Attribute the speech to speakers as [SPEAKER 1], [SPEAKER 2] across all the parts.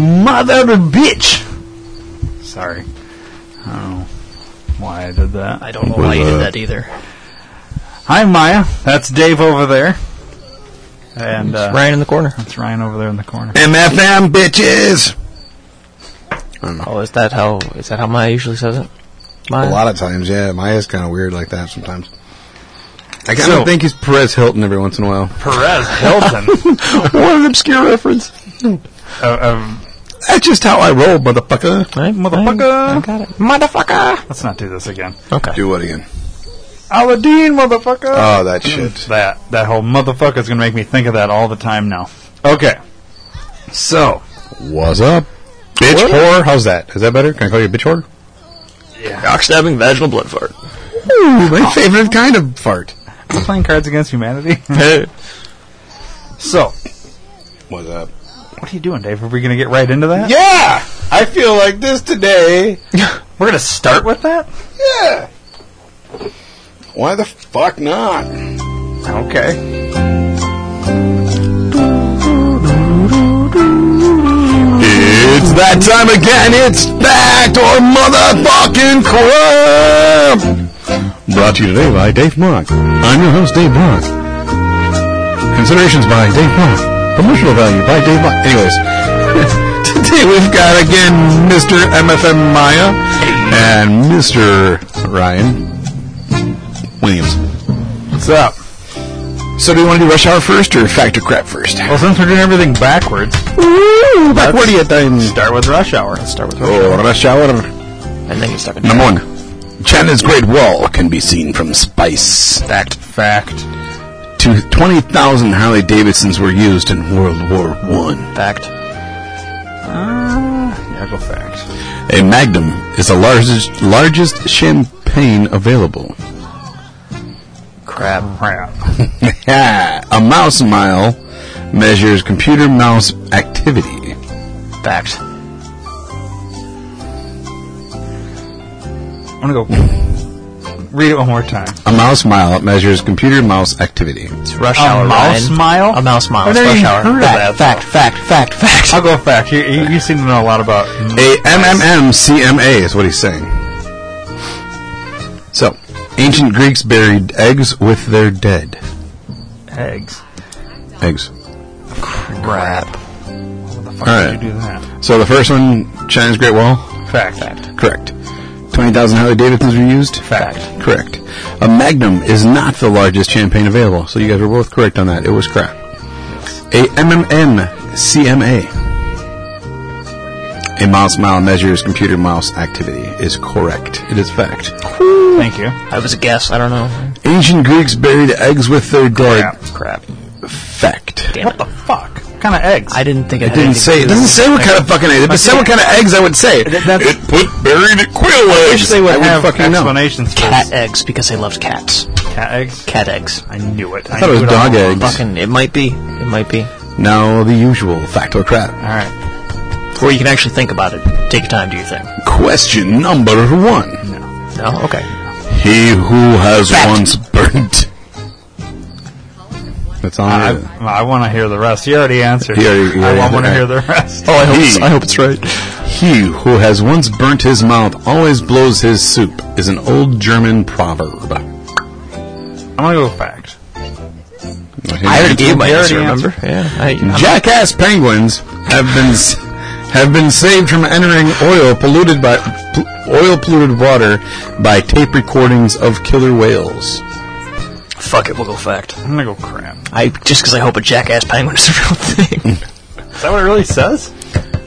[SPEAKER 1] mother bitch. Sorry. I don't know why I did that.
[SPEAKER 2] I don't know why you
[SPEAKER 3] uh,
[SPEAKER 1] uh,
[SPEAKER 2] did that e- either.
[SPEAKER 1] Hi, Maya. That's Dave over there. And uh,
[SPEAKER 2] Ryan in the corner.
[SPEAKER 1] that's Ryan over there in the corner.
[SPEAKER 3] MFM bitches.
[SPEAKER 2] Oh, is that how is that how Maya usually says it? Maya?
[SPEAKER 3] A lot of times, yeah. Maya's kind of weird like that sometimes. I kind of
[SPEAKER 1] So-
[SPEAKER 3] think he's Perez Hilton every once in a while.
[SPEAKER 1] Perez Hilton.
[SPEAKER 3] what an obscure reference.
[SPEAKER 1] uh, um,
[SPEAKER 3] That's just how I roll, motherfucker.
[SPEAKER 2] Right?
[SPEAKER 1] Motherfucker.
[SPEAKER 2] I got it. Motherfucker.
[SPEAKER 1] let's not do this again.
[SPEAKER 2] Okay.
[SPEAKER 3] Do what again?
[SPEAKER 1] Aladdin, motherfucker.
[SPEAKER 3] Oh, that shit.
[SPEAKER 1] That that whole motherfucker is gonna make me think of that all the time now. Okay. So
[SPEAKER 3] What's up? Bitch whore? How's that? Is that better? Can I call you a bitch whore?
[SPEAKER 4] Cockstabbing vaginal blood fart.
[SPEAKER 3] Ooh, my favorite kind of fart.
[SPEAKER 1] we're playing Cards Against Humanity.
[SPEAKER 4] Hey.
[SPEAKER 1] so
[SPEAKER 3] What's up?
[SPEAKER 1] what are you doing, Dave? Are we gonna get right into that?
[SPEAKER 3] Yeah! I feel like this today.
[SPEAKER 1] We're gonna start with that.
[SPEAKER 3] Yeah! Why the fuck not?
[SPEAKER 1] Okay.
[SPEAKER 3] It's that time again. It's fact or motherfucking crap. Brought to you today by Dave Block. I'm your host, Dave Block. Considerations by Dave Block. Promotional value by Dave Block. Anyways, today we've got again Mr. MFM Maya and Mr. Ryan Williams.
[SPEAKER 1] What's up?
[SPEAKER 3] So, do you want to do rush hour first or factor crap first?
[SPEAKER 1] Well, since we're doing everything backwards,
[SPEAKER 3] Ooh, back what do you think?
[SPEAKER 1] start with Rush Hour. Let's start with Rush
[SPEAKER 3] Oh, rush hour.
[SPEAKER 2] And then you start.
[SPEAKER 3] Number one, China's Great Wall can be seen from space. Fact.
[SPEAKER 1] Fact.
[SPEAKER 3] Two, 20,000 Harley Davidsons were used in World War One.
[SPEAKER 2] Fact.
[SPEAKER 1] Ah, Yeah, go fact.
[SPEAKER 3] A Magnum is the largest, largest champagne available.
[SPEAKER 2] Crap.
[SPEAKER 1] Crap.
[SPEAKER 3] a mouse mile measures computer mouse activity.
[SPEAKER 2] Fact.
[SPEAKER 1] I'm gonna go read it one more time.
[SPEAKER 3] A mouse mile measures computer mouse activity.
[SPEAKER 2] It's rush
[SPEAKER 1] A
[SPEAKER 2] hour.
[SPEAKER 1] mouse
[SPEAKER 2] Ryan.
[SPEAKER 1] mile?
[SPEAKER 2] A mouse
[SPEAKER 1] I've
[SPEAKER 2] mile. It's
[SPEAKER 1] never
[SPEAKER 2] rush
[SPEAKER 1] even
[SPEAKER 2] hour.
[SPEAKER 1] heard of
[SPEAKER 2] fact, fact. Fact. Fact. Fact.
[SPEAKER 1] I'll go fact. You, you, you seem to know a lot about.
[SPEAKER 3] A MMMCMA is what he's saying. So, ancient Greeks buried eggs with their dead.
[SPEAKER 1] Eggs.
[SPEAKER 3] Eggs.
[SPEAKER 2] Crap.
[SPEAKER 1] How the fuck
[SPEAKER 3] All
[SPEAKER 1] did
[SPEAKER 3] right.
[SPEAKER 1] you do that?
[SPEAKER 3] So the first one, China's Great Wall,
[SPEAKER 1] Fact. Fact.
[SPEAKER 3] correct. Twenty thousand Harley Davidsons were used,
[SPEAKER 1] Fact.
[SPEAKER 3] correct. A Magnum is not the largest champagne available, so you guys were both correct on that. It was crap. A MMM CMA. A mouse mile measures computer mouse activity is correct. It is fact.
[SPEAKER 1] Thank you.
[SPEAKER 2] I was a guess. I don't know.
[SPEAKER 3] Ancient Greeks buried eggs with their dead.
[SPEAKER 1] Crap.
[SPEAKER 2] Crap.
[SPEAKER 3] Fact.
[SPEAKER 2] Damn
[SPEAKER 1] What
[SPEAKER 2] it.
[SPEAKER 1] the fuck? What kind of eggs?
[SPEAKER 2] I didn't think
[SPEAKER 3] It didn't say. It doesn't say what kind of fucking eggs. It said what kind of eggs I would say.
[SPEAKER 1] that's-
[SPEAKER 3] it put buried quill eggs.
[SPEAKER 1] wish they would
[SPEAKER 3] I
[SPEAKER 1] have
[SPEAKER 3] fucking know.
[SPEAKER 1] explanations for
[SPEAKER 2] cat eggs because they loved cats.
[SPEAKER 1] cat eggs.
[SPEAKER 2] Cat eggs.
[SPEAKER 1] I knew it.
[SPEAKER 3] I thought it was
[SPEAKER 1] knew
[SPEAKER 3] dog
[SPEAKER 1] all along.
[SPEAKER 3] eggs.
[SPEAKER 2] Fucking. It might be. It might be.
[SPEAKER 3] Now the usual fact or crap.
[SPEAKER 1] All right.
[SPEAKER 2] Or you can actually think about it. Take your time. Do your thing.
[SPEAKER 3] Question number one.
[SPEAKER 2] No. Okay.
[SPEAKER 3] He who has
[SPEAKER 2] Fact.
[SPEAKER 3] once burnt. That's on
[SPEAKER 1] I,
[SPEAKER 3] you.
[SPEAKER 1] I, want to hear the rest. You already answered.
[SPEAKER 3] He already- he
[SPEAKER 1] I
[SPEAKER 3] already-
[SPEAKER 1] want to
[SPEAKER 3] all
[SPEAKER 1] hear
[SPEAKER 3] right.
[SPEAKER 1] the rest.
[SPEAKER 3] oh, I hope it's- I hope
[SPEAKER 2] it's right.
[SPEAKER 3] He who has once burnt his mouth always blows his soup is an old German proverb.
[SPEAKER 1] I'm gonna go fact.
[SPEAKER 2] I already gave my
[SPEAKER 1] You
[SPEAKER 2] answer.
[SPEAKER 1] already
[SPEAKER 2] Remember? Yeah. I,
[SPEAKER 3] Jackass penguins have been s- have been saved from entering oil polluted by pl- oil polluted water by tape recordings of killer whales.
[SPEAKER 2] fuck it. We'll go fact.
[SPEAKER 1] I'm gonna go crap.
[SPEAKER 2] I just because I hope a jackass penguin is a real thing.
[SPEAKER 1] Is that what it really says?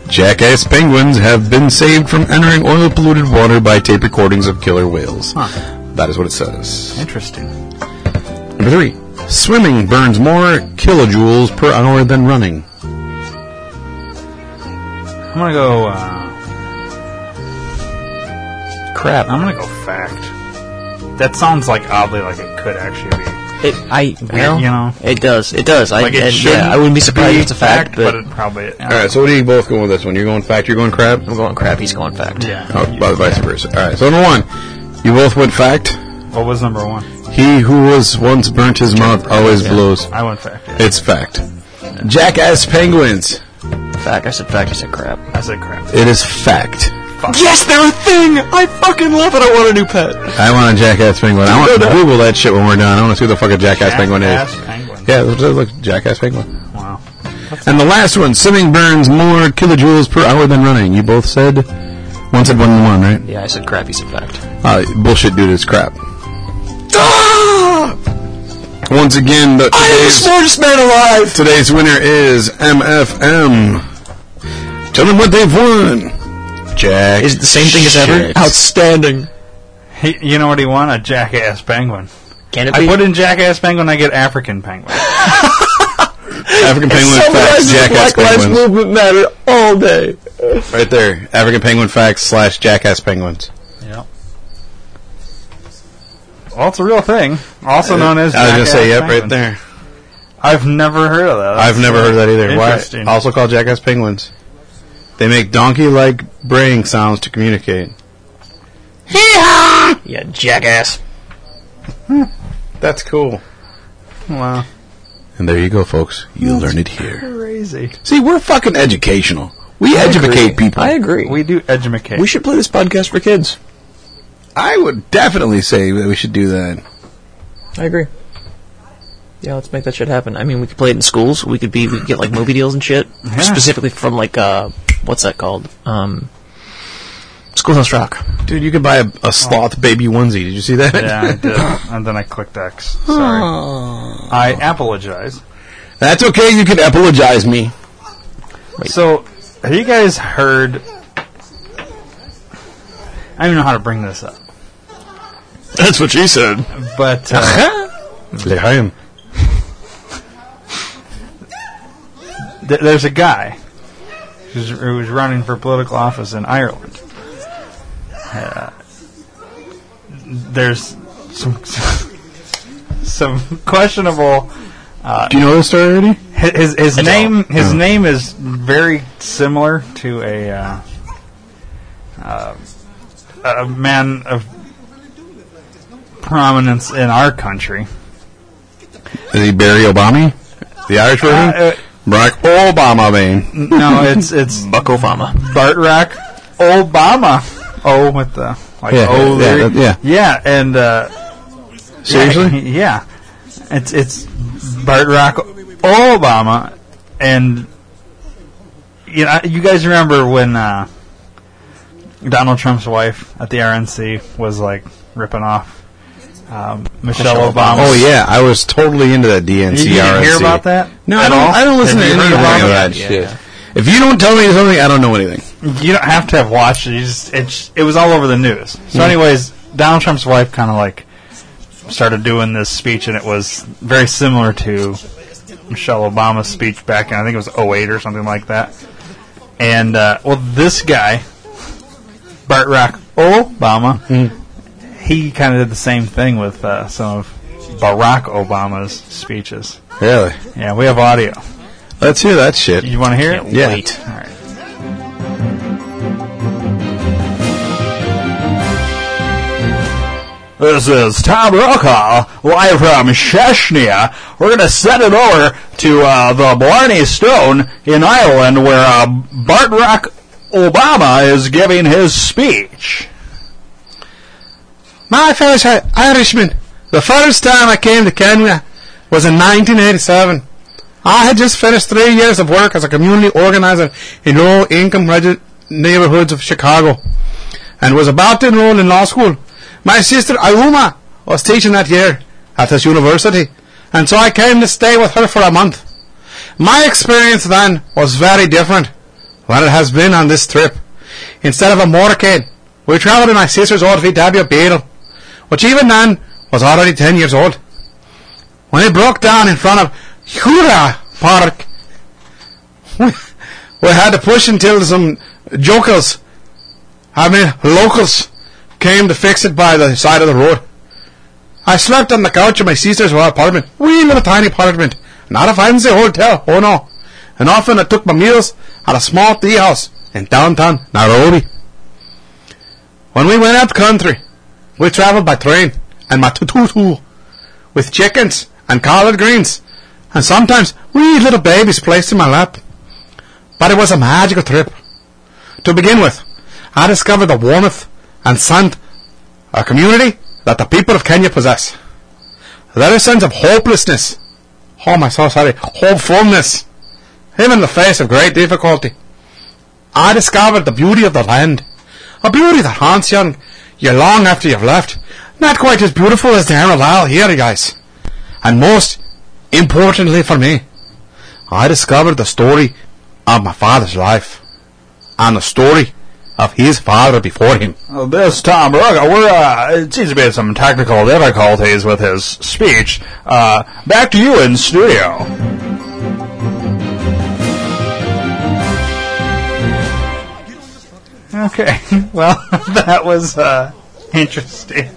[SPEAKER 3] Jackass penguins have been saved from entering oil polluted water by tape recordings of killer whales. That is what it says.
[SPEAKER 1] Interesting.
[SPEAKER 3] Number three. Swimming burns more kilojoules per hour than running.
[SPEAKER 1] I'm gonna go. Uh,
[SPEAKER 2] Crap.
[SPEAKER 1] I'm gonna go fact. That sounds like oddly like it could actually be.
[SPEAKER 2] It, I well,
[SPEAKER 1] you know?
[SPEAKER 2] It does. It does. I,
[SPEAKER 1] Like it
[SPEAKER 2] and,
[SPEAKER 1] shouldn't
[SPEAKER 2] yeah, I wouldn't be surprised if it's a fact,
[SPEAKER 1] but,
[SPEAKER 2] but,
[SPEAKER 1] it probably.
[SPEAKER 3] Alright, so what are you both going with this one? You're going fact, you're going crab?
[SPEAKER 2] I'm going crap. He's going fact.
[SPEAKER 1] Yeah.
[SPEAKER 3] Oh, by the vice versa. Alright, so number one. You both went fact.
[SPEAKER 1] What was number one?
[SPEAKER 3] He who was once burnt his mouth always blows.
[SPEAKER 1] I went fact. Yeah.
[SPEAKER 3] It's fact. Jackass penguins
[SPEAKER 2] fact. I said fact. I said crap.
[SPEAKER 1] I said crap.
[SPEAKER 3] It is fact.
[SPEAKER 2] Yes, they're a thing. I fucking love it. I want a new pet.
[SPEAKER 3] I want a jackass penguin. I want to Google that shit when we're done. I want to see who the fuck a jackass penguin is.
[SPEAKER 1] Jackass penguin.
[SPEAKER 3] Yeah, look, look, jackass penguin.
[SPEAKER 1] Wow.
[SPEAKER 3] And the last one, swimming burns more kilojoules per hour than running. You both said, one said one and one, right?
[SPEAKER 2] Yeah, I said crap. You said fact.
[SPEAKER 3] Uh, bullshit, dude, it's crap. Once again, the, today's,
[SPEAKER 2] smartest man alive.
[SPEAKER 3] today's winner is MFM. Tell them what they've won. Jack.
[SPEAKER 2] Is it the same thing as ever?
[SPEAKER 3] shit.
[SPEAKER 2] Outstanding.
[SPEAKER 1] He, you know what he won? A jackass penguin.
[SPEAKER 2] Can it
[SPEAKER 1] I put in jackass penguin, I get African penguin.
[SPEAKER 3] African penguin facts, jackass penguin.
[SPEAKER 2] movement matter all day.
[SPEAKER 3] Right there. African penguin facts slash jackass penguins.
[SPEAKER 1] yeah. Well, it's a real thing, also known as.
[SPEAKER 3] I was gonna
[SPEAKER 1] jackass
[SPEAKER 3] say, yep, right
[SPEAKER 1] penguin.
[SPEAKER 3] there.
[SPEAKER 1] I've never heard of that.
[SPEAKER 3] I've never heard of that either.
[SPEAKER 1] Interesting.
[SPEAKER 3] Why? Also called jackass penguins. They make donkey-like braying sounds to communicate.
[SPEAKER 2] Yeah, jackass.
[SPEAKER 3] That's cool.
[SPEAKER 1] Wow,
[SPEAKER 3] And there you go, folks. You learn it here.
[SPEAKER 1] crazy.
[SPEAKER 3] See, we're fucking educational. We educate people.
[SPEAKER 2] I agree.
[SPEAKER 1] We do educate.
[SPEAKER 2] we should play this podcast for kids.
[SPEAKER 3] I would definitely say that we should do that.
[SPEAKER 2] I agree. Yeah, let's make that shit happen. I mean, we could play it in schools. We could be, we could get like movie deals and shit, specifically from like uh, what's that called? Um, Schoolhouse Rock.
[SPEAKER 3] Dude, you could buy a, a sloth baby onesie. Did you see that?
[SPEAKER 1] yeah, I did, and then I clicked X. Sorry. I apologize.
[SPEAKER 3] That's okay. You can apologize me.
[SPEAKER 1] So, have you guys heard? I don't even know how to bring this up,
[SPEAKER 4] That's what she said.
[SPEAKER 1] but uh,
[SPEAKER 3] Lehaim.
[SPEAKER 1] th- there's a guy who's, who was running for political office in Ireland. Uh, there's some some questionable.
[SPEAKER 3] Do you know this story already?
[SPEAKER 1] His his name
[SPEAKER 2] don't.
[SPEAKER 1] his name is very similar to a uh, uh, a man of prominence in our country.
[SPEAKER 3] Is he Barry Obama? The Irish version?
[SPEAKER 1] Uh, uh,
[SPEAKER 3] Barack Obama, man.
[SPEAKER 1] no, it's it's
[SPEAKER 2] Buck Obama.
[SPEAKER 1] Bart Rock Obama. Oh, with the like
[SPEAKER 3] Yeah,
[SPEAKER 1] oh
[SPEAKER 3] yeah,
[SPEAKER 1] there-
[SPEAKER 3] that- yeah.
[SPEAKER 1] yeah, and uh,
[SPEAKER 3] Seriously?
[SPEAKER 1] yeah, it's it's Bart Rock Obama, and you know you guys remember when uh, Donald Trump's wife at the RNC was like ripping off um, Michelle,
[SPEAKER 2] Michelle
[SPEAKER 1] Obama.
[SPEAKER 3] Oh yeah, I was totally into that DNC.
[SPEAKER 1] you didn't hear
[SPEAKER 3] RNC.
[SPEAKER 1] about that?
[SPEAKER 3] No,
[SPEAKER 1] at
[SPEAKER 3] I don't.
[SPEAKER 1] all?
[SPEAKER 3] I don't listen to
[SPEAKER 1] Have you
[SPEAKER 3] anything
[SPEAKER 1] heard about
[SPEAKER 3] about
[SPEAKER 1] that?
[SPEAKER 3] that
[SPEAKER 2] Yeah,
[SPEAKER 3] shit.
[SPEAKER 2] yeah.
[SPEAKER 3] If you don't tell me something, I don't know anything.
[SPEAKER 1] you don't have to have watched it. You just, it, sh- it was all over the news. So, anyways, Donald Trump's wife kind of like started doing this speech, and it was very similar to Michelle Obama's speech back in I think it was 08 or something like that. And uh, well, this guy, Bart Rock Obama, he kind of did the same thing with uh, some of Barack Obama's speeches.
[SPEAKER 3] Really?
[SPEAKER 1] Yeah, we have audio.
[SPEAKER 3] Let's hear that shit.
[SPEAKER 1] You want to hear it?
[SPEAKER 3] Yeah.
[SPEAKER 2] Wait.
[SPEAKER 1] All right. This is Tom Rokow, live from Chechnya. We're going to send it over to uh, the Blarney Stone in Ireland, where uh, Bart Rock Obama is giving his speech.
[SPEAKER 3] My fellow Irishman, the first time I came to Kenya was in 1987. I had just finished three years of work as a community organizer in low-income regi- neighborhoods of Chicago, and was about to enroll in law school. My sister Ayuma was teaching that year at this university, and so I came to stay with her for a month. My experience then was very different than it has been on this trip. Instead of a motorcade, we traveled in my sister's old VW Beetle, which even then was already 10 years old. When it broke down in front of Hura Park, we, we had to push until some jokers, I mean locals, came to fix it by the side of the road. I slept on the couch in my sister's apartment, wee little tiny apartment, not a fancy hotel, oh no. And often I took my meals at a small tea house in downtown Nairobi. When we went up country, we traveled by train and my tutu with chickens and collard greens, and sometimes wee little babies placed in my lap.
[SPEAKER 5] but it was a magical trip. To begin with, I discovered the warmth and strength a community that the people of Kenya possess. Their sense of hopelessness, oh my so sorry, hopefulness, even in the face of great difficulty. I discovered the beauty of the land, a beauty that haunts you, and you long after you've left. Not quite as beautiful as the Emerald Isle here, guys. And most importantly for me, I discovered the story of my father's life and the story of his father before him.
[SPEAKER 1] Well, This Tom Ruga, we're uh, it seems to be some technical difficulties with his speech. Uh, back to you in studio. Okay, well, that was uh, interesting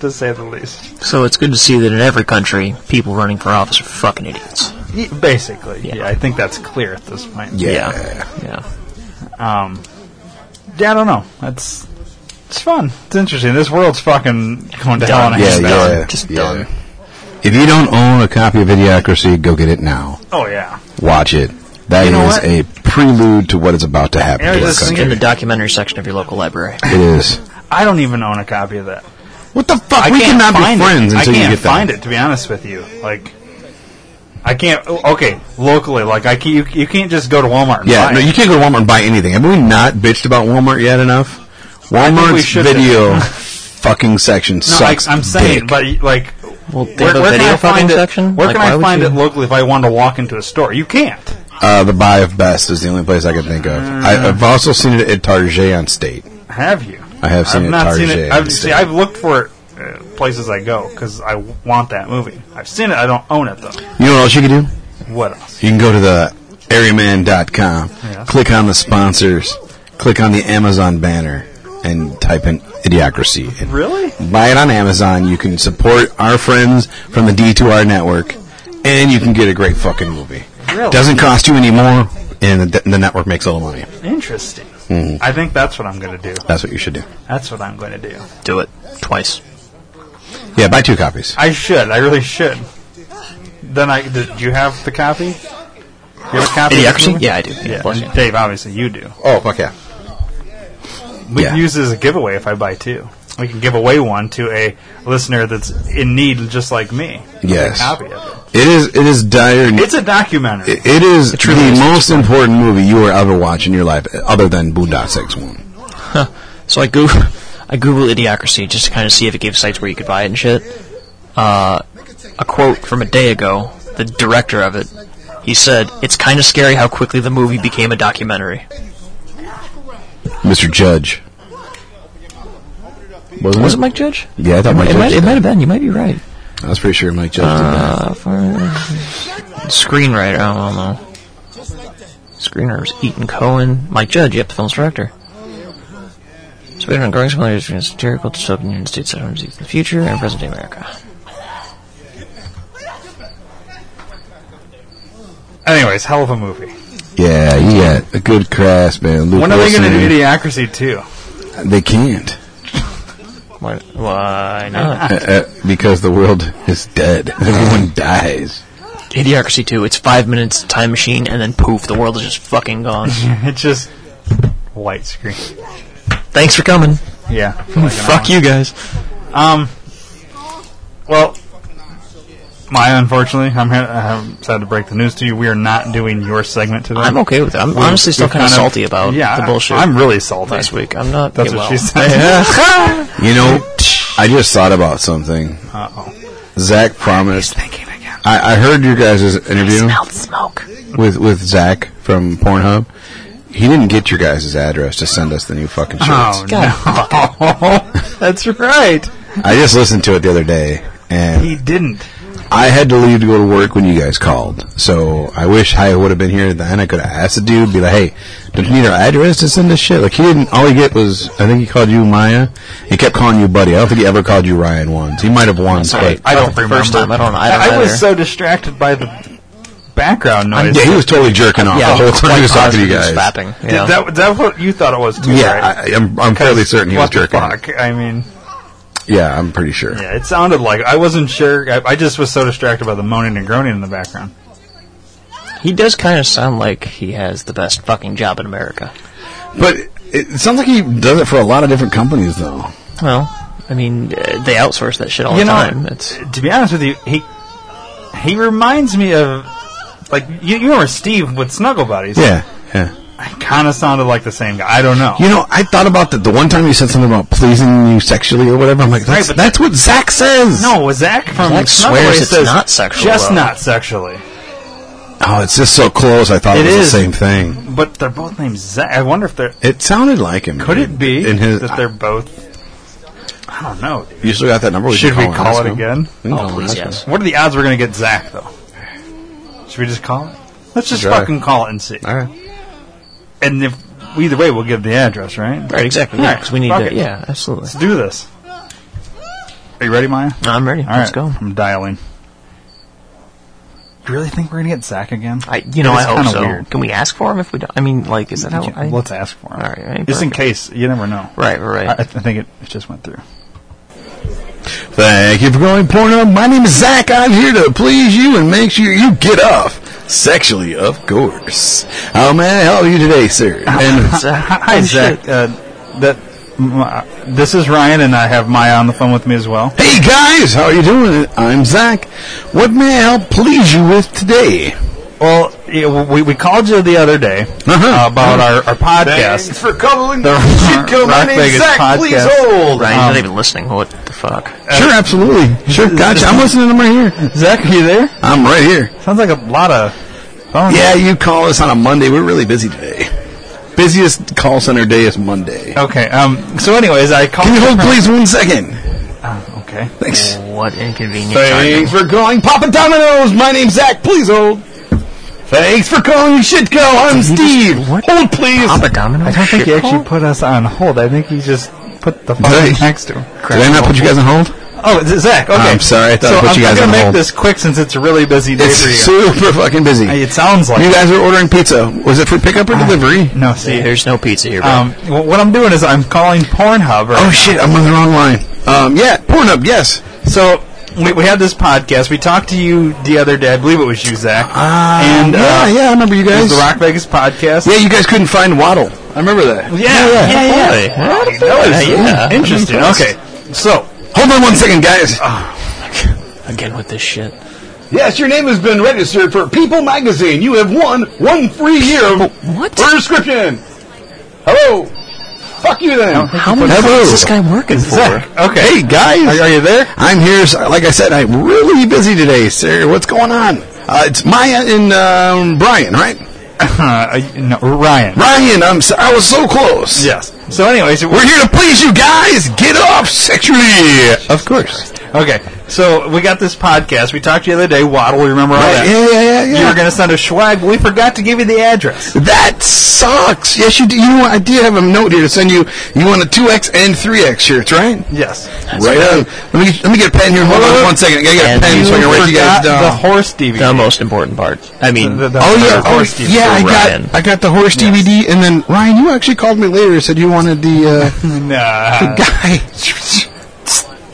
[SPEAKER 1] to say the least.
[SPEAKER 2] So it's good to see that in every country, people running for office are fucking idiots.
[SPEAKER 1] Y- Basically, yeah.
[SPEAKER 2] Yeah.
[SPEAKER 1] I think that's clear at this point.
[SPEAKER 2] Yeah. Yeah.
[SPEAKER 1] Um, yeah, I don't know. That's it's fun. It's interesting. This world's fucking going to hell in a
[SPEAKER 3] Yeah,
[SPEAKER 1] handbasket.
[SPEAKER 3] yeah.
[SPEAKER 2] Just
[SPEAKER 3] yeah.
[SPEAKER 2] done.
[SPEAKER 3] If you don't own a copy of Idiocracy, go get it now.
[SPEAKER 1] Oh yeah.
[SPEAKER 3] Watch it. That is
[SPEAKER 1] You know what?
[SPEAKER 3] a prelude to what is about to happen
[SPEAKER 1] Yeah,
[SPEAKER 3] to our
[SPEAKER 1] just
[SPEAKER 3] country.
[SPEAKER 2] In the documentary section of your local library.
[SPEAKER 3] It is.
[SPEAKER 1] I don't even own a copy of that.
[SPEAKER 3] What the fuck?
[SPEAKER 1] I
[SPEAKER 3] we
[SPEAKER 1] can't
[SPEAKER 3] cannot be
[SPEAKER 1] find
[SPEAKER 3] friends
[SPEAKER 1] it.
[SPEAKER 3] until
[SPEAKER 1] I can't
[SPEAKER 3] you get that.
[SPEAKER 1] find it. To be honest with you, like I can't. oh, Okay, locally, like I can't. You, you can't just go to Walmart. And
[SPEAKER 3] Yeah,
[SPEAKER 1] buy
[SPEAKER 3] no,
[SPEAKER 1] it.
[SPEAKER 3] you can't go to Walmart and buy anything. Have we not bitched about Walmart yet enough?
[SPEAKER 1] think we
[SPEAKER 3] Walmart's
[SPEAKER 1] should
[SPEAKER 3] video fucking section
[SPEAKER 1] No,
[SPEAKER 3] sucks.
[SPEAKER 1] I, am saying,
[SPEAKER 3] dick.
[SPEAKER 1] but like,
[SPEAKER 2] Well, they
[SPEAKER 1] where,
[SPEAKER 2] have a
[SPEAKER 1] where
[SPEAKER 2] video
[SPEAKER 1] can I
[SPEAKER 2] fucking
[SPEAKER 1] find it?
[SPEAKER 2] section?
[SPEAKER 1] Where
[SPEAKER 2] Like,
[SPEAKER 1] can
[SPEAKER 2] why
[SPEAKER 1] I
[SPEAKER 2] would
[SPEAKER 1] find
[SPEAKER 2] you-
[SPEAKER 1] it locally if I wanted to walk into a store? You can't.
[SPEAKER 3] uh, the buy of best is the only place I can think of. I, I've also seen it at Target on State.
[SPEAKER 1] Have you?
[SPEAKER 3] I have seen
[SPEAKER 1] I've
[SPEAKER 3] it
[SPEAKER 1] not
[SPEAKER 3] Target
[SPEAKER 1] seen it.
[SPEAKER 3] and
[SPEAKER 1] I've, see,
[SPEAKER 3] stuff.
[SPEAKER 1] I've looked for it uh, places I go because I w- want that movie. I've seen it. I don't own it though.
[SPEAKER 3] You know what else you can do?
[SPEAKER 1] What else?
[SPEAKER 3] You can go to the Airman.com,
[SPEAKER 1] Yeah.
[SPEAKER 3] click on the sponsors, click on the Amazon banner, and type in Idiocracy. And
[SPEAKER 1] Really?
[SPEAKER 3] Buy it on Amazon. You can support our friends from the D2R network, and you can get a great fucking movie.
[SPEAKER 1] Really?
[SPEAKER 3] Doesn't cost you any more, and the, the network makes a little money.
[SPEAKER 1] Interesting.
[SPEAKER 3] Hmm.
[SPEAKER 1] I think that's what I'm going to do.
[SPEAKER 3] That's what you should do.
[SPEAKER 1] That's what I'm going to do.
[SPEAKER 2] Do it twice.
[SPEAKER 3] Yeah, buy two copies.
[SPEAKER 1] I should. I really should. Then I. Did you have the copy? You have a copy? of this
[SPEAKER 2] Idiocracy?
[SPEAKER 1] movie?
[SPEAKER 2] Yeah, I do. Yeah,
[SPEAKER 1] Yeah.
[SPEAKER 2] of course,
[SPEAKER 1] and
[SPEAKER 2] yeah.
[SPEAKER 1] Dave, obviously you do.
[SPEAKER 3] Oh, fuck yeah.
[SPEAKER 1] We
[SPEAKER 3] Yeah.
[SPEAKER 1] can use this as a giveaway if I buy two. We can give away one to a listener that's in need, just like me. of
[SPEAKER 3] Yes.
[SPEAKER 1] A copy of
[SPEAKER 3] It is, it is dire.
[SPEAKER 1] it. It's a documentary.
[SPEAKER 3] It- it is the most important movie you will ever watch in your life, other than Boondock Six One.
[SPEAKER 2] So I Google, I Google idiocracy just to kind of see if it gave sites where you could buy it and shit. Uh, a quote from a day ago, the director of it, he said, "It's kind of scary how quickly the movie became a documentary."
[SPEAKER 3] Mr. Judge. Wasn't
[SPEAKER 2] Was it Mike Judge?
[SPEAKER 3] Yeah, I thought Mike
[SPEAKER 2] it
[SPEAKER 3] Judge.
[SPEAKER 2] might,
[SPEAKER 3] did
[SPEAKER 2] it might
[SPEAKER 3] that.
[SPEAKER 2] have been. You might be right.
[SPEAKER 3] I was pretty sure Mike Judge
[SPEAKER 2] Uh, for- screenwriter. I don't know. Screenwriter was Eaton Cohen, Mike Judge. Yep, the film's director. So we don't know growing familiarity between satirical dystopian United States that in the future and present day America.
[SPEAKER 1] Anyways, hell of a movie.
[SPEAKER 3] did that. Yeah, you got a good crash, man. Luke
[SPEAKER 1] When are they
[SPEAKER 3] Wilson,
[SPEAKER 1] going to do Idiocracy too?
[SPEAKER 3] They can't.
[SPEAKER 2] Why, why not?
[SPEAKER 3] Uh, uh, because the world is dead. Everyone dies.
[SPEAKER 2] Idiocracy 2, it's five minutes, time machine, and then poof, the world is just fucking gone.
[SPEAKER 1] It's just white screen.
[SPEAKER 2] Thanks for coming.
[SPEAKER 1] Yeah.
[SPEAKER 2] Fuck you guys.
[SPEAKER 1] Um. Well, Maya, unfortunately, I'm here. I'm sad to break the news to you. We are not doing your segment today.
[SPEAKER 2] I'm okay with it. I'm honestly still
[SPEAKER 1] We've
[SPEAKER 2] kind of salty about
[SPEAKER 1] yeah,
[SPEAKER 2] the bullshit
[SPEAKER 1] I'm really salty.
[SPEAKER 2] last week. I'm not.
[SPEAKER 1] That's
[SPEAKER 2] yeah,
[SPEAKER 1] what
[SPEAKER 2] well,
[SPEAKER 1] she said.
[SPEAKER 3] You know, I just thought about something.
[SPEAKER 1] uh oh.
[SPEAKER 3] Zach promised.
[SPEAKER 2] Thinking again.
[SPEAKER 3] I, I heard your guys' interview
[SPEAKER 2] Smelled smoke.
[SPEAKER 3] with, with Zach from Pornhub. He didn't get your guys' address to send us the new fucking shirts.
[SPEAKER 1] Oh no. That's right.
[SPEAKER 3] I just listened to it the other day, and
[SPEAKER 1] He didn't.
[SPEAKER 3] I had to leave to go to work when you guys called. So I wish I would have been here then. I could have asked the dude, be like, hey, don't you need our address to send this shit? Like, he didn't, all he get was, I think he called you Maya. He kept calling you Buddy. I don't think he ever called you Ryan once. He might have once,
[SPEAKER 2] Sorry,
[SPEAKER 3] but.
[SPEAKER 1] I don't
[SPEAKER 2] the First
[SPEAKER 1] remember.
[SPEAKER 2] time, I don't know. I don't
[SPEAKER 1] I
[SPEAKER 2] either.
[SPEAKER 1] was so distracted by the background noise.
[SPEAKER 3] yeah, he was totally jerking off
[SPEAKER 2] yeah,
[SPEAKER 3] the whole time
[SPEAKER 2] quite
[SPEAKER 3] he was talking to
[SPEAKER 2] positive
[SPEAKER 3] you
[SPEAKER 2] he was
[SPEAKER 3] guys.
[SPEAKER 2] fapping.
[SPEAKER 1] Did
[SPEAKER 2] Yeah.
[SPEAKER 1] that, that what you thought it was too,
[SPEAKER 3] Yeah,
[SPEAKER 1] right?
[SPEAKER 3] I, I'm, I'm fairly certain he was
[SPEAKER 1] what the
[SPEAKER 3] jerking. off.
[SPEAKER 1] fuck? I mean,
[SPEAKER 3] Yeah, I'm pretty sure.
[SPEAKER 1] yeah, it sounded like I wasn't sure. I, I just was so distracted by the moaning and groaning in the background.
[SPEAKER 2] He does kind of sound like he has the best fucking job in America.
[SPEAKER 3] But it- it sounds like he does it for a lot of different companies, though.
[SPEAKER 2] Well, I mean, uh, they outsource that shit all
[SPEAKER 1] You
[SPEAKER 2] the
[SPEAKER 1] know,
[SPEAKER 2] time. It's
[SPEAKER 1] To be honest with you, he he reminds me of like you, you remember Steve with Snuggle Buddies.
[SPEAKER 3] Yeah, yeah.
[SPEAKER 1] kind of sounded like the same guy. I don't know.
[SPEAKER 3] You know, I thought about that the one time you said something about pleasing you sexually or whatever. I'm like, that's,
[SPEAKER 1] Right, but-
[SPEAKER 3] that's what Zach says.
[SPEAKER 1] No, Zach from
[SPEAKER 2] Zach
[SPEAKER 1] Snuggle
[SPEAKER 2] swears
[SPEAKER 1] Buddies
[SPEAKER 2] it's
[SPEAKER 1] says,
[SPEAKER 2] not sexual,
[SPEAKER 1] Just
[SPEAKER 2] though."
[SPEAKER 1] not sexually.
[SPEAKER 3] Oh, it's just so close. I thought it,
[SPEAKER 1] It
[SPEAKER 3] was
[SPEAKER 1] is.
[SPEAKER 3] the same thing.
[SPEAKER 1] But they're both named Zach. I wonder if they're.
[SPEAKER 3] It sounded like him.
[SPEAKER 1] Could it be
[SPEAKER 3] In his,
[SPEAKER 1] that they're both? I don't know. Dude.
[SPEAKER 3] you still got that number?
[SPEAKER 1] Should we
[SPEAKER 3] can and
[SPEAKER 1] call
[SPEAKER 3] ask
[SPEAKER 1] it
[SPEAKER 3] him.
[SPEAKER 1] again?
[SPEAKER 3] We can
[SPEAKER 2] Oh,
[SPEAKER 3] call and
[SPEAKER 2] please,
[SPEAKER 3] ask
[SPEAKER 2] yes.
[SPEAKER 3] him.
[SPEAKER 1] What are the odds we're going to get Zach though? Should we just call it? Let's just
[SPEAKER 3] Sure.
[SPEAKER 1] fucking call it and see.
[SPEAKER 3] All right.
[SPEAKER 1] And if either way, we'll give the address, right?
[SPEAKER 2] right, exactly. Yeah,
[SPEAKER 1] Alright,
[SPEAKER 2] because we need
[SPEAKER 1] fuck
[SPEAKER 2] to.
[SPEAKER 1] it.
[SPEAKER 2] Yeah, absolutely.
[SPEAKER 1] Let's do this. Are you ready, Maya?
[SPEAKER 2] I'm ready.
[SPEAKER 1] All
[SPEAKER 2] Let's
[SPEAKER 1] right,
[SPEAKER 2] go.
[SPEAKER 1] I'm dialing. You really think we're gonna get Zach again?
[SPEAKER 2] I, you know, I
[SPEAKER 1] It's
[SPEAKER 2] hope
[SPEAKER 1] kinda
[SPEAKER 2] so.
[SPEAKER 1] weird.
[SPEAKER 2] Can we ask for him if we don't? I mean, like, is that how?
[SPEAKER 1] Yeah,
[SPEAKER 2] I,
[SPEAKER 1] let's ask for him.
[SPEAKER 2] All right,
[SPEAKER 1] just in
[SPEAKER 2] perfect.
[SPEAKER 1] case. You never know.
[SPEAKER 2] Right, right.
[SPEAKER 1] I, I think it, it just went through.
[SPEAKER 3] Thank you for calling Pornhub. My name is Zach. I'm here to please you and make sure you get off sexually, of course. How may I help you today, sir? And
[SPEAKER 2] Zach.
[SPEAKER 1] uh, Hi,
[SPEAKER 2] Oh,
[SPEAKER 1] Zach.
[SPEAKER 2] shit.
[SPEAKER 1] Uh, that m- uh, this is Ryan, and I have Maya on the phone with me as well.
[SPEAKER 3] hey, guys, how are you doing? I'm Zach. What may I help please you with today?
[SPEAKER 1] Well, yeah, we, we called you the other day uh,
[SPEAKER 3] Uh-huh.
[SPEAKER 1] about our, our podcast.
[SPEAKER 3] for calling.
[SPEAKER 1] The Rock Vegas podcast.
[SPEAKER 3] hold.
[SPEAKER 2] Ryan, you're
[SPEAKER 1] Um,
[SPEAKER 2] not even listening. What the fuck?
[SPEAKER 3] Sure, absolutely. Sure, gotcha. I'm listening. I'm right here.
[SPEAKER 1] Zach, are you there?
[SPEAKER 3] I'm right here.
[SPEAKER 1] Sounds like a lot of phone.
[SPEAKER 3] Yeah, you call us on a Monday. We're really busy today. Busiest call center day is Monday.
[SPEAKER 1] Okay. Um. So, anyways, I called.
[SPEAKER 3] Can you
[SPEAKER 1] you
[SPEAKER 3] hold
[SPEAKER 1] from-
[SPEAKER 3] please one second?
[SPEAKER 1] Ah, okay.
[SPEAKER 3] Thanks.
[SPEAKER 2] What inconvenient timing.
[SPEAKER 3] Thanks for calling Papa Domino's. My name's Zach. Please hold. Thanks for calling Shitco. I'm Steve. Hold please.
[SPEAKER 2] Papa Domino.
[SPEAKER 1] I don't think he
[SPEAKER 2] Shit
[SPEAKER 1] actually
[SPEAKER 2] hole?
[SPEAKER 1] put us on hold. I think he just put the phone
[SPEAKER 3] Right.
[SPEAKER 1] next to him.
[SPEAKER 3] Did I not put you guys on hold?
[SPEAKER 1] Oh, it's Zach. Okay.
[SPEAKER 3] I'm sorry, I thought
[SPEAKER 1] so
[SPEAKER 3] I put
[SPEAKER 1] I'm,
[SPEAKER 3] you guys
[SPEAKER 1] I'm
[SPEAKER 3] on
[SPEAKER 1] gonna make
[SPEAKER 3] hold.
[SPEAKER 1] this quick since it's a really busy day
[SPEAKER 3] It's
[SPEAKER 1] for you.
[SPEAKER 3] super fucking busy.
[SPEAKER 1] Hey,
[SPEAKER 3] You Ah.
[SPEAKER 1] it sounds like.
[SPEAKER 3] guys are ordering pizza. Was it for pickup or delivery?
[SPEAKER 1] No, see.
[SPEAKER 2] There's no pizza here, bro.
[SPEAKER 1] Um, wh- what I'm doing is I'm calling Pornhub. Right
[SPEAKER 3] Oh shit, I'm on the wrong line. Um, yeah, Pornhub, yes.
[SPEAKER 1] So we, we had this podcast. We talked to you the other day. I believe it was you, Zach.
[SPEAKER 3] Ah,
[SPEAKER 1] and
[SPEAKER 3] yeah,
[SPEAKER 1] uh,
[SPEAKER 3] yeah, I remember you
[SPEAKER 1] it was
[SPEAKER 3] guys.
[SPEAKER 1] the Rock Vegas podcast.
[SPEAKER 3] Yeah, you guys couldn't find Waddle. I remember that.
[SPEAKER 1] yeah, yeah.
[SPEAKER 2] Really?
[SPEAKER 1] You noticed.
[SPEAKER 2] Yeah.
[SPEAKER 1] Interesting. Okay, so
[SPEAKER 3] Hold on one second, guys.
[SPEAKER 2] Again with this shit.
[SPEAKER 3] Ah. Yes, your name has been registered for People Magazine. You have won one free year of
[SPEAKER 2] What?
[SPEAKER 3] subscription. Hello. Fuck you then.
[SPEAKER 2] How many fuck is this guy working for?
[SPEAKER 3] Zach. Okay. Hey guys.
[SPEAKER 1] are you there?
[SPEAKER 3] I'm here. so- Like I said, I'm really busy today, sir. What's going on? Uh, it's Maya and um, Brian, right?
[SPEAKER 1] Uh, no, Ryan.
[SPEAKER 3] Brian, I'm. So, I was so close.
[SPEAKER 1] Yes. So, anyways,
[SPEAKER 3] We're here to please you guys. Get off sexually. Of course.
[SPEAKER 1] Okay, so we got this podcast. We talked to you the other day, Waddle. We remember all
[SPEAKER 3] Right.
[SPEAKER 1] that.
[SPEAKER 3] Yeah, yeah, yeah, yeah.
[SPEAKER 1] You were going to send a swag. but We forgot to give you the address.
[SPEAKER 3] That sucks. Yes, you do. You know, what? I did have a note here to send you. You want a two X and three X shirts, right?
[SPEAKER 1] Yes.
[SPEAKER 3] right on. Let me let me get a pen here. Hold on one second. I gotta get a
[SPEAKER 2] And
[SPEAKER 3] pen
[SPEAKER 2] you
[SPEAKER 3] so I can write you guys
[SPEAKER 1] Forgot
[SPEAKER 3] down.
[SPEAKER 1] the horse DVD.
[SPEAKER 2] The most important part. I mean,
[SPEAKER 1] The- the-
[SPEAKER 3] Oh
[SPEAKER 1] the
[SPEAKER 3] yeah, oh,
[SPEAKER 1] horse DVD.
[SPEAKER 3] yeah. I got
[SPEAKER 2] Ryan.
[SPEAKER 3] I got the horse DVD, and then Ryan, you actually called me later and said you wanted the uh,
[SPEAKER 1] Nah.
[SPEAKER 3] guy.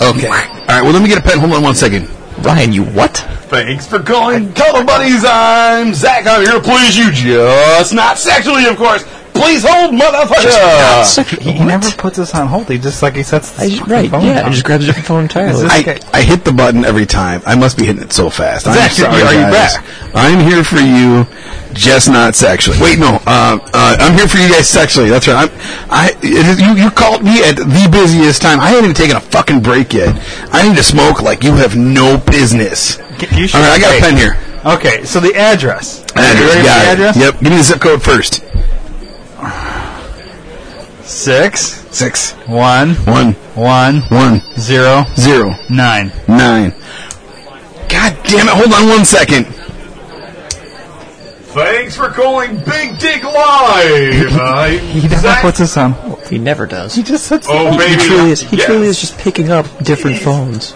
[SPEAKER 3] okay. All right. Well, let me get a pen. Hold on one second.
[SPEAKER 2] Ryan, you what?
[SPEAKER 3] Thanks for calling Total Buddies. I'm Zach. I'm here to please you, just not sexually, of course. Please hold, motherfucker.
[SPEAKER 2] Sexual-
[SPEAKER 1] He
[SPEAKER 2] what?
[SPEAKER 1] never puts us on hold. He just like he sets the
[SPEAKER 2] I just, right,
[SPEAKER 1] phone
[SPEAKER 2] yeah.
[SPEAKER 1] down.
[SPEAKER 2] I just grabs a different phone entirely.
[SPEAKER 1] Is
[SPEAKER 3] I, I hit the button every time. I must be hitting it so fast. I'm
[SPEAKER 1] Zach,
[SPEAKER 3] sorry,
[SPEAKER 1] are you
[SPEAKER 3] guys.
[SPEAKER 1] back?
[SPEAKER 3] I'm here for you, just not sexually. Wait, no. Uh, uh, I'm here for you guys sexually. That's right. I'm, I it is- you you called me at the busiest time. I haven't even taken a fucking break yet. I need to smoke like you have no business.
[SPEAKER 1] You should-
[SPEAKER 3] All right, I got a pen here.
[SPEAKER 1] Okay, so the address.
[SPEAKER 3] Address,
[SPEAKER 1] You ready for
[SPEAKER 3] got
[SPEAKER 1] the
[SPEAKER 3] it.
[SPEAKER 1] address?
[SPEAKER 3] Yep. Give me the zip code first.
[SPEAKER 1] Six
[SPEAKER 3] Six
[SPEAKER 1] one
[SPEAKER 3] one
[SPEAKER 1] one
[SPEAKER 3] one
[SPEAKER 1] zero
[SPEAKER 3] zero
[SPEAKER 1] nine.
[SPEAKER 3] nine. God damn it! Hold on one second.
[SPEAKER 4] Thanks for calling Big Dick Live.
[SPEAKER 1] He never puts us on hold.
[SPEAKER 2] he never does.
[SPEAKER 1] He just sets.
[SPEAKER 4] oh,
[SPEAKER 2] He
[SPEAKER 4] baby.
[SPEAKER 2] truly is. He
[SPEAKER 4] Yes.
[SPEAKER 2] truly is just picking up different phones.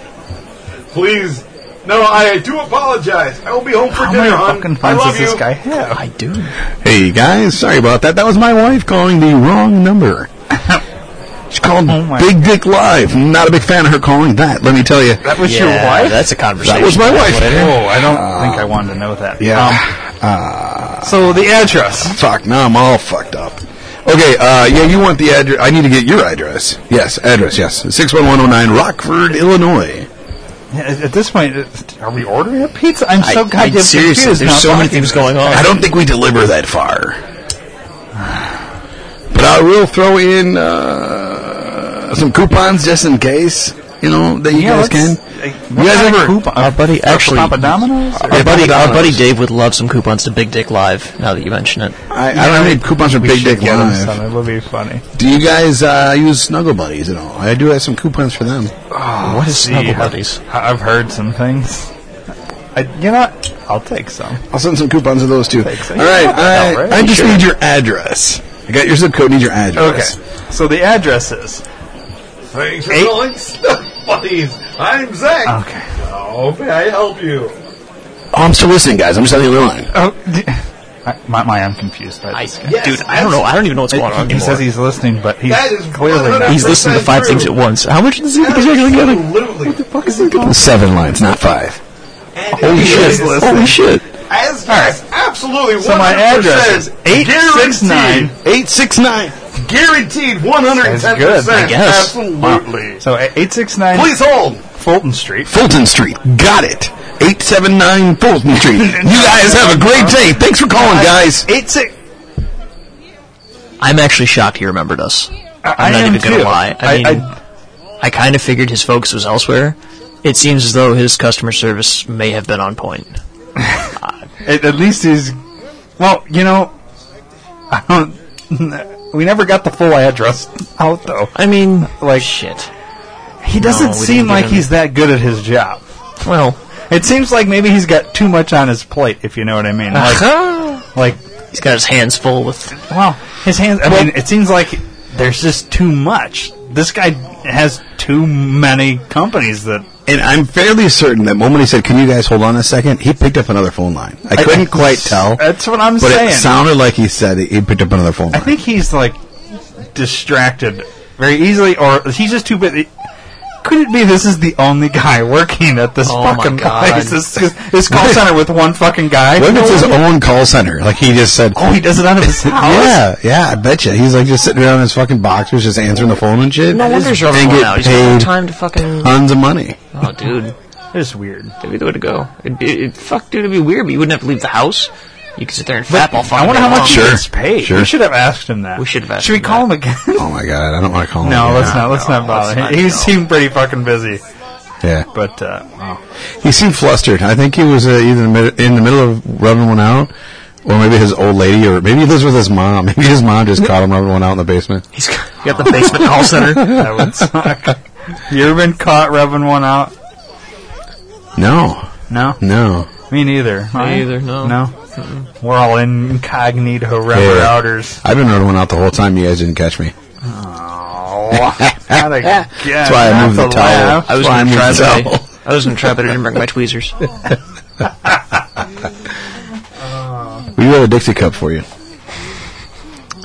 [SPEAKER 4] Please. No, I do apologize. I will be home for
[SPEAKER 1] How many
[SPEAKER 4] dinner, hon.
[SPEAKER 1] fucking
[SPEAKER 4] I
[SPEAKER 1] phones
[SPEAKER 4] love
[SPEAKER 1] does
[SPEAKER 4] you.
[SPEAKER 1] this guy have?
[SPEAKER 2] I do.
[SPEAKER 3] Hey guys, sorry about that. That was my wife calling the wrong number. She called
[SPEAKER 1] Oh my
[SPEAKER 3] Big Dick Live. Not a big fan of her calling that, let me tell you.
[SPEAKER 1] That was
[SPEAKER 2] yeah,
[SPEAKER 1] your wife.
[SPEAKER 2] That's a Uh, conversation.
[SPEAKER 3] That was my wife.
[SPEAKER 1] Oh, I don't think I wanted to know that.
[SPEAKER 3] Yeah.
[SPEAKER 1] Um, Uh, So the address.
[SPEAKER 3] Fuck, now I'm all fucked up. Okay, uh, yeah, you want the address. I need to get your address. Yes, address, yes. 61109 Rockford, Illinois.
[SPEAKER 1] At at this point, it- are we ordering a pizza? I'm so
[SPEAKER 2] I- I-
[SPEAKER 1] goddamn
[SPEAKER 2] seriously,
[SPEAKER 1] confused.
[SPEAKER 2] there's
[SPEAKER 1] now
[SPEAKER 2] so many
[SPEAKER 1] talking
[SPEAKER 2] things
[SPEAKER 1] to this
[SPEAKER 2] going on.
[SPEAKER 3] I don't think we deliver that far. But I will throw in uh, some coupons just in case, you know, that you
[SPEAKER 1] Yeah,
[SPEAKER 3] guys can.
[SPEAKER 1] let's-
[SPEAKER 3] You
[SPEAKER 1] what
[SPEAKER 3] guys
[SPEAKER 1] kind of
[SPEAKER 3] ever.
[SPEAKER 1] coupon-
[SPEAKER 2] Our Uh, buddy
[SPEAKER 1] Or
[SPEAKER 2] actually-
[SPEAKER 1] Papa Domino's? Or-
[SPEAKER 2] Our buddy, our
[SPEAKER 3] $5.
[SPEAKER 2] buddy Dave would love some coupons to Big Dick Live. Now that you mention it,
[SPEAKER 3] I, I don't have any coupons for
[SPEAKER 1] We
[SPEAKER 3] Big
[SPEAKER 1] should
[SPEAKER 3] Dick
[SPEAKER 1] get him
[SPEAKER 3] Live.
[SPEAKER 1] some. It would be funny.
[SPEAKER 3] Do you guys uh, use Snuggle Buddies at all? I do have some coupons for them.
[SPEAKER 2] what is Snuggle
[SPEAKER 1] Gee, I-
[SPEAKER 2] Buddies?
[SPEAKER 1] I- I've heard some things. I, you know, what? I'll take some.
[SPEAKER 3] I'll send some coupons of those too. All right,
[SPEAKER 1] Thanks.
[SPEAKER 3] I,
[SPEAKER 1] Alright,
[SPEAKER 3] I just
[SPEAKER 1] sure.
[SPEAKER 3] need your address. I got your zip code. Need your
[SPEAKER 1] Okay,
[SPEAKER 3] address.
[SPEAKER 1] so the address is
[SPEAKER 4] Thanks for
[SPEAKER 1] Eight. Ah.
[SPEAKER 4] calling Stuff Buddies. I'm Zach.
[SPEAKER 1] okay.
[SPEAKER 4] How may I help you?
[SPEAKER 3] Oh, I'm still listening, guys. I'm just on the other line.
[SPEAKER 1] Oh, d- I, my, my, I'm confused by
[SPEAKER 2] I,
[SPEAKER 1] this.
[SPEAKER 2] dude, I don't know. I don't even know what's going on.
[SPEAKER 1] he, he says
[SPEAKER 2] anymore.
[SPEAKER 1] he's listening, but he's
[SPEAKER 4] That is
[SPEAKER 1] clearly not.
[SPEAKER 4] 100%
[SPEAKER 2] he's listening to five
[SPEAKER 4] true.
[SPEAKER 2] things at once. How much is he actually getting?
[SPEAKER 4] Absolutely. What the fuck is
[SPEAKER 3] Seven lines, not five. Holy shit! Holy shit!
[SPEAKER 4] As fast, absolutely.
[SPEAKER 1] So my address is 869.
[SPEAKER 3] Eight six nine.
[SPEAKER 4] Guaranteed, one hundred and ten
[SPEAKER 1] good, I
[SPEAKER 4] percent.
[SPEAKER 2] guess.
[SPEAKER 4] Absolutely.
[SPEAKER 1] So a- 869
[SPEAKER 4] Please hold.
[SPEAKER 1] Fulton Street.
[SPEAKER 3] Fulton Street. Got it. Eight seven nine Fulton Street. You guys have a great day. Thanks for calling, guys.
[SPEAKER 1] Eight six.
[SPEAKER 2] I'm actually shocked he remembered us.
[SPEAKER 1] I,
[SPEAKER 2] I'm not
[SPEAKER 1] am
[SPEAKER 2] even gonna
[SPEAKER 1] too.
[SPEAKER 2] lie. I mean-
[SPEAKER 1] I,
[SPEAKER 2] I kind of figured his focus was elsewhere. It seems as though his customer service may have been on point.
[SPEAKER 1] at, at least he's. Well, you know, I don't. We never got the full address out though.
[SPEAKER 2] I mean,
[SPEAKER 1] Like-
[SPEAKER 2] shit.
[SPEAKER 1] He
[SPEAKER 2] No,
[SPEAKER 1] doesn't
[SPEAKER 2] we didn't
[SPEAKER 1] seem
[SPEAKER 2] get
[SPEAKER 1] like
[SPEAKER 2] any.
[SPEAKER 1] he's that good at his job.
[SPEAKER 2] Well,
[SPEAKER 1] It seems like maybe he's got too much on his plate, if you know what I mean. Like, like
[SPEAKER 2] he's got his hands full with.
[SPEAKER 1] Wow, his hands. I mean, it seems like there's just too much. This guy has too many companies that.
[SPEAKER 3] And I'm fairly certain that moment he said, "Can you guys hold on a second? he picked up another phone line. I couldn't quite tell,
[SPEAKER 1] That's what I'm
[SPEAKER 3] but
[SPEAKER 1] saying.
[SPEAKER 3] it sounded like he said he picked up another phone
[SPEAKER 1] I
[SPEAKER 3] line.
[SPEAKER 1] think he's like distracted very easily, or he's just too busy. Could it be this is the only guy working at this
[SPEAKER 2] Oh my
[SPEAKER 1] fucking
[SPEAKER 2] God.
[SPEAKER 1] place? This, this call center with one fucking guy.
[SPEAKER 3] What if it's his own call center? Like he just said.
[SPEAKER 1] oh, he does it out of his house.
[SPEAKER 3] Yeah, yeah, I bet you. He's like just sitting around in his fucking boxers, just answering the phone and shit.
[SPEAKER 2] No wonder he's running
[SPEAKER 3] and
[SPEAKER 2] around
[SPEAKER 3] get
[SPEAKER 2] now. He's got no
[SPEAKER 3] paid
[SPEAKER 2] time to fucking.
[SPEAKER 3] tons of money.
[SPEAKER 2] Oh, dude,
[SPEAKER 1] It's weird.
[SPEAKER 2] that'd be the way to go. It'd be, it, fuck, dude, it'd be weird, but you wouldn't have to leave the house. You could sit there and fap all fucking
[SPEAKER 1] I wonder how much
[SPEAKER 2] day long.
[SPEAKER 1] he
[SPEAKER 3] Sure.
[SPEAKER 1] gets paid.
[SPEAKER 3] Sure.
[SPEAKER 1] We should have asked him that.
[SPEAKER 2] We should have asked
[SPEAKER 1] Should we
[SPEAKER 2] him
[SPEAKER 1] call him
[SPEAKER 2] that.
[SPEAKER 1] again?
[SPEAKER 3] Oh my god, I don't want to call him.
[SPEAKER 1] No,
[SPEAKER 3] again.
[SPEAKER 1] let's not. Let's not bother.
[SPEAKER 2] let's
[SPEAKER 1] him.
[SPEAKER 2] not,
[SPEAKER 1] he
[SPEAKER 2] no.
[SPEAKER 1] seemed pretty fucking busy,
[SPEAKER 3] Yeah,
[SPEAKER 1] but uh, wow.
[SPEAKER 3] he seemed flustered. I think he was uh, either in the mid- in the middle of rubbing one out, or maybe his old lady, or maybe he lives with his mom. Maybe his mom just caught him rubbing one out in the basement.
[SPEAKER 2] He's got, you got the basement call center.
[SPEAKER 1] that would suck. you ever been caught rubbing one out?
[SPEAKER 3] No,
[SPEAKER 1] No,
[SPEAKER 3] no.
[SPEAKER 1] me neither. Huh?
[SPEAKER 2] either, no.
[SPEAKER 1] We're all incognito rubber
[SPEAKER 3] Yeah.
[SPEAKER 1] outers.
[SPEAKER 3] I've been rubbing one out the whole time. You guys didn't catch me.
[SPEAKER 1] Oh, not again.
[SPEAKER 3] That's why I
[SPEAKER 1] Not
[SPEAKER 3] moved the towel.
[SPEAKER 1] laugh.
[SPEAKER 2] I was
[SPEAKER 3] Why
[SPEAKER 2] gonna
[SPEAKER 3] I'm
[SPEAKER 2] try,
[SPEAKER 3] with
[SPEAKER 2] but
[SPEAKER 3] the towel.
[SPEAKER 2] I, I was gonna try, but I didn't bring my tweezers.
[SPEAKER 3] We got a Dixie cup for you.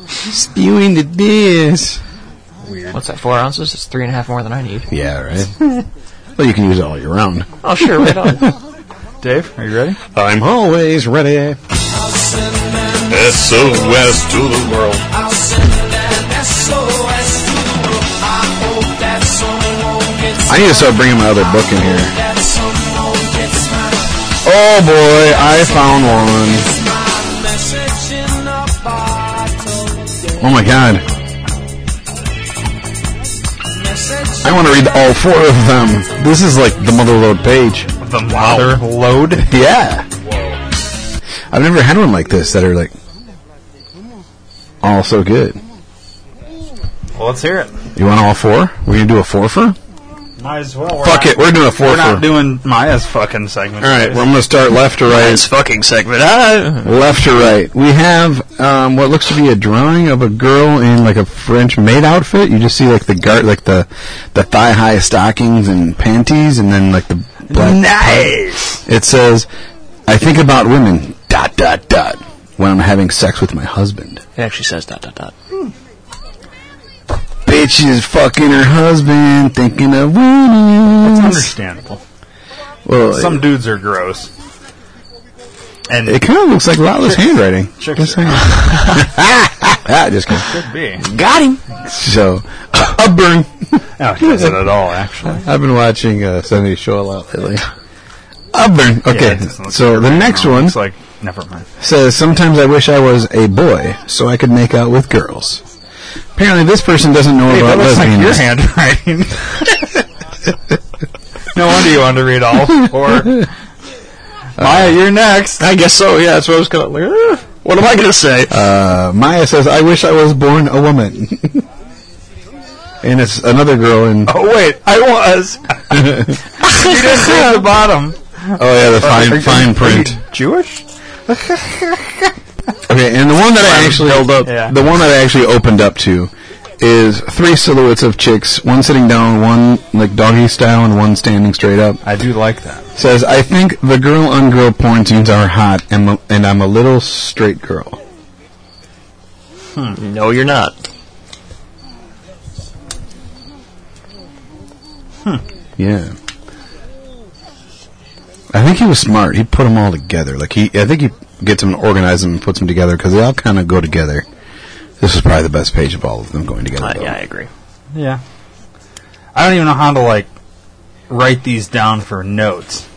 [SPEAKER 3] Spewing the beers.
[SPEAKER 2] What's that? Four ounces? It's three and a half more than I need.
[SPEAKER 3] Yeah, right. well, you can use it all year round.
[SPEAKER 2] Oh, sure, right on.
[SPEAKER 1] Dave, are you ready?
[SPEAKER 3] I'm always ready.
[SPEAKER 6] SOS to the world.
[SPEAKER 3] I need to start bringing my other book in here. Oh boy, I found one. Oh my god. I want to read all four of them. This is like the motherload page.
[SPEAKER 1] The mother load.
[SPEAKER 3] Yeah. I've never had one like this that are like all so good.
[SPEAKER 1] Well, let's hear it.
[SPEAKER 3] You want all four? We're gonna do a fourfer?
[SPEAKER 1] Might as well. We're not,
[SPEAKER 3] Fuck it, we're doing a
[SPEAKER 1] We're not
[SPEAKER 3] fourfer.
[SPEAKER 1] doing Maya's fucking segment.
[SPEAKER 3] all right, well, I'm gonna start left to right.
[SPEAKER 2] fucking segment. Ah.
[SPEAKER 3] Left to right, we have um, what looks to be a drawing of a girl in like a French maid outfit. You just see like the gar- like the the thigh high stockings and panties, and then like the black.
[SPEAKER 1] nice.
[SPEAKER 3] It says, "I think about women dot dot dot when I'm having sex with my husband."
[SPEAKER 2] It actually says dot dot dot.
[SPEAKER 3] Bitch is fucking her husband, thinking of women.
[SPEAKER 1] It's understandable.
[SPEAKER 3] Well,
[SPEAKER 1] Some dudes are gross. And
[SPEAKER 3] It kind of looks like Lala's handwriting.
[SPEAKER 1] Check
[SPEAKER 3] Just
[SPEAKER 1] it
[SPEAKER 3] saying. Ah, Just kidding.
[SPEAKER 1] could be.
[SPEAKER 3] Got him. So, Upburn.
[SPEAKER 1] No, it doesn't at all, actually.
[SPEAKER 3] I've been watching uh, Sunday Show a lot lately. Upburn.
[SPEAKER 1] Yeah,
[SPEAKER 3] Okay.
[SPEAKER 1] it doesn't look
[SPEAKER 3] so
[SPEAKER 1] good
[SPEAKER 3] the
[SPEAKER 1] right
[SPEAKER 3] next
[SPEAKER 1] now.
[SPEAKER 3] one
[SPEAKER 1] It's like, never mind.
[SPEAKER 3] says, "Sometimes I wish I was a boy so I could make out with girls." Apparently, this person doesn't know
[SPEAKER 1] Hey,
[SPEAKER 3] about
[SPEAKER 1] that looks like
[SPEAKER 3] lesbianism.
[SPEAKER 1] your handwriting. no wonder you wanted to read all four. Maya, you're next.
[SPEAKER 3] I guess so. Yeah, that's what I was gonna.
[SPEAKER 2] What am I gonna say?
[SPEAKER 3] Uh, Maya says, "I wish I was born a woman." and it's another girl in.
[SPEAKER 1] Oh wait, I was. you didn't read the bottom.
[SPEAKER 3] Oh yeah, the fine fine print.
[SPEAKER 1] Jewish?
[SPEAKER 3] Okay, and the one that I actually
[SPEAKER 1] Yeah.
[SPEAKER 3] the one that I actually opened up to is three silhouettes of chicks, one sitting down, one like doggy style, and one standing straight up.
[SPEAKER 1] I do like that.
[SPEAKER 3] Says, I think the girl on girl porn scenes are hot, and, and I'm a little straight girl.
[SPEAKER 2] No, you're not.
[SPEAKER 3] Yeah. I think he was smart. He put them all together. Like he, I think he gets them and organizes them and puts them together because they all kind of go together. This is probably the best page of all of them going together.
[SPEAKER 2] Uh,
[SPEAKER 3] though.
[SPEAKER 2] yeah, I agree.
[SPEAKER 1] Yeah. I don't even know how to like write these down for notes.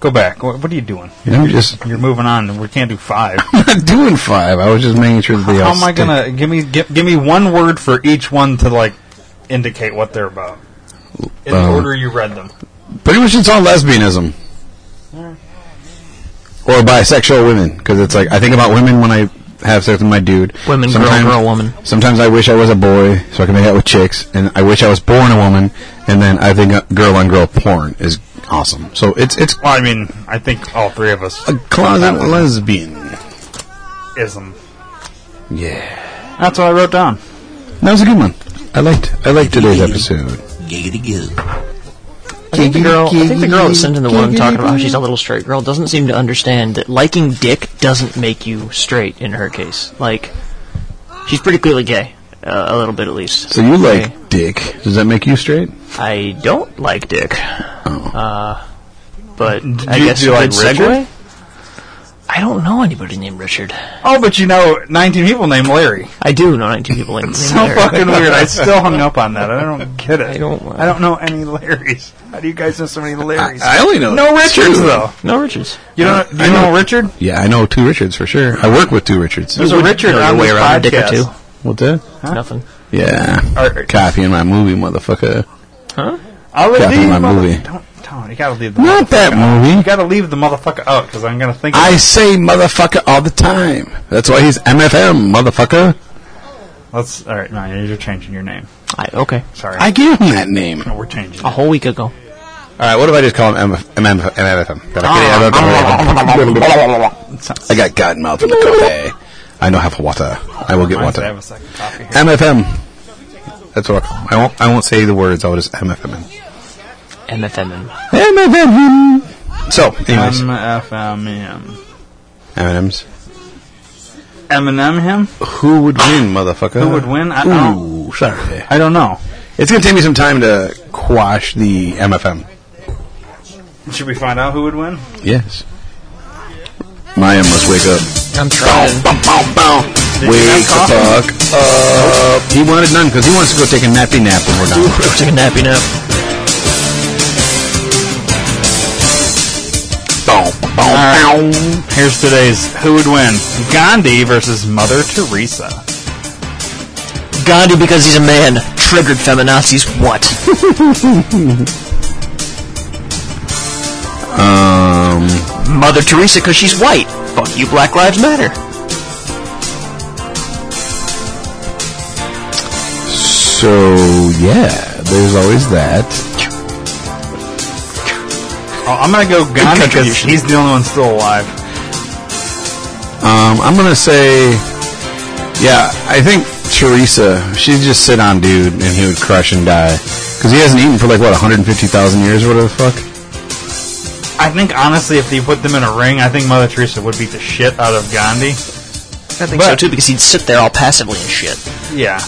[SPEAKER 1] Go back. What, what are you doing?
[SPEAKER 3] I'm just
[SPEAKER 1] You're moving on. We can't do five.
[SPEAKER 3] not doing five. I was just making sure that they
[SPEAKER 1] How
[SPEAKER 3] all.
[SPEAKER 1] am I
[SPEAKER 3] stick.
[SPEAKER 1] gonna give me give, give me one word for each one to like indicate what they're about in the
[SPEAKER 3] Um,
[SPEAKER 1] order you read them?
[SPEAKER 3] Pretty much, it's all lesbianism. Or bisexual women, because it's like I think about women when I have sex with my dude.
[SPEAKER 2] Women, girl,
[SPEAKER 3] Sometimes-
[SPEAKER 2] girl, woman.
[SPEAKER 3] Sometimes I wish I was a boy so I can make out with chicks, and I wish I was born a woman. And then I think girl on girl porn is awesome. So it's it's
[SPEAKER 1] Well, I mean, I think all three of us
[SPEAKER 3] a closet lesbian.
[SPEAKER 1] ism.
[SPEAKER 3] Yeah,
[SPEAKER 1] That's what I wrote down.
[SPEAKER 3] that was a good one. I liked I liked today's episode.
[SPEAKER 2] I think the girl, I think the girl that sent in the one talking about how she's a little straight girl doesn't seem to understand that liking dick doesn't make you straight. In her case, like she's pretty clearly gay, uh, a little bit at least.
[SPEAKER 3] So you
[SPEAKER 2] Okay.
[SPEAKER 3] like dick? Does that make you straight?
[SPEAKER 2] I don't like dick. Uh, but I
[SPEAKER 1] you-
[SPEAKER 2] guess
[SPEAKER 1] Oh. do you
[SPEAKER 2] a
[SPEAKER 1] like
[SPEAKER 2] good
[SPEAKER 1] Richard?
[SPEAKER 2] segue. I don't know anybody named Richard.
[SPEAKER 1] Oh, but you know, 19 people named Larry.
[SPEAKER 2] I do know 19 people named
[SPEAKER 1] So
[SPEAKER 2] Larry.
[SPEAKER 1] fucking weird. I still hung up on that. I don't get it.
[SPEAKER 2] I don't- uh,
[SPEAKER 1] I don't know any Larrys. How do you guys know so many Larrys?
[SPEAKER 3] only know
[SPEAKER 1] no Richards though.
[SPEAKER 2] No Richards.
[SPEAKER 1] You don't. Do you
[SPEAKER 3] uh, I
[SPEAKER 1] know,
[SPEAKER 3] know-
[SPEAKER 1] Richard?
[SPEAKER 3] Yeah, I know two Richards for sure. I work with two Richards.
[SPEAKER 1] There's a Richard
[SPEAKER 2] know your
[SPEAKER 1] on
[SPEAKER 2] way
[SPEAKER 1] this
[SPEAKER 2] around a dick or
[SPEAKER 1] podcast.
[SPEAKER 2] two.
[SPEAKER 3] What that?
[SPEAKER 2] Nothing.
[SPEAKER 3] Yeah,
[SPEAKER 1] Alright.
[SPEAKER 3] copying my movie, motherfucker.
[SPEAKER 2] Huh?
[SPEAKER 1] I would
[SPEAKER 3] Copying
[SPEAKER 1] leave
[SPEAKER 3] my
[SPEAKER 1] mother-
[SPEAKER 3] movie.
[SPEAKER 1] Don't, don't. You gotta leave the.
[SPEAKER 3] Not
[SPEAKER 1] motherfucker
[SPEAKER 3] that
[SPEAKER 1] out. You
[SPEAKER 3] movie.
[SPEAKER 1] gotta leave the motherfucker out because I'm gonna think.
[SPEAKER 3] I say motherfucker all the time. That's why he's MFM, motherfucker.
[SPEAKER 1] Let's. All right, no, you're changing your name.
[SPEAKER 2] I, okay.
[SPEAKER 1] Sorry,
[SPEAKER 3] I gave him that name.
[SPEAKER 1] No, we're changing.
[SPEAKER 2] A
[SPEAKER 1] it.
[SPEAKER 2] whole week ago.
[SPEAKER 3] All right, what if I just call him MF- MF-
[SPEAKER 1] Oh,
[SPEAKER 3] MFM? I got god mouth in the cafe. I don't have water. I will get
[SPEAKER 1] Mine's- I have
[SPEAKER 3] water.
[SPEAKER 1] a second copy here.
[SPEAKER 3] MFM. That's what I call him. I won't, I won't say the words. I'll just MFM him.
[SPEAKER 2] MFM.
[SPEAKER 3] MFM. So, anyways,
[SPEAKER 1] M F M E M.
[SPEAKER 3] M&M's.
[SPEAKER 1] Eminem him?
[SPEAKER 3] Who would win, motherfucker?
[SPEAKER 1] Who would win? I don't.
[SPEAKER 3] Ooh, sorry.
[SPEAKER 1] I don't know.
[SPEAKER 3] It's going to take me some time to quash the MFM.
[SPEAKER 1] Should we find out who would win?
[SPEAKER 3] Yes. Maya must wake up.
[SPEAKER 2] I'm trying.
[SPEAKER 3] Bow, bow, bow. Wake the fuck up. He wanted none because he wants to go take a nappy nap when we're done.
[SPEAKER 2] Take a nappy nap.
[SPEAKER 3] Bow, bow, bow.
[SPEAKER 1] Here's today's Who Would Win Gandhi versus Mother Teresa.
[SPEAKER 2] Gandhi because he's a man. Triggered feminazis. What?
[SPEAKER 3] Um,
[SPEAKER 2] Mother Teresa because she's white. Fuck you, Black Lives Matter.
[SPEAKER 3] so, yeah, there's always that.
[SPEAKER 1] Oh, I'm gonna go Gandhi because
[SPEAKER 2] contribution.
[SPEAKER 1] he's the only one still alive.
[SPEAKER 3] Um, I'm going to say, yeah, I think Teresa, she'd just sit on dude and he would crush and die. Because he hasn't eaten for like, what, 150,000 years or whatever the fuck?
[SPEAKER 1] I think honestly, if you put them in a ring, I think Mother Teresa would beat the shit out of Gandhi.
[SPEAKER 2] I think so too because he'd sit there all passively and shit.
[SPEAKER 1] Yeah,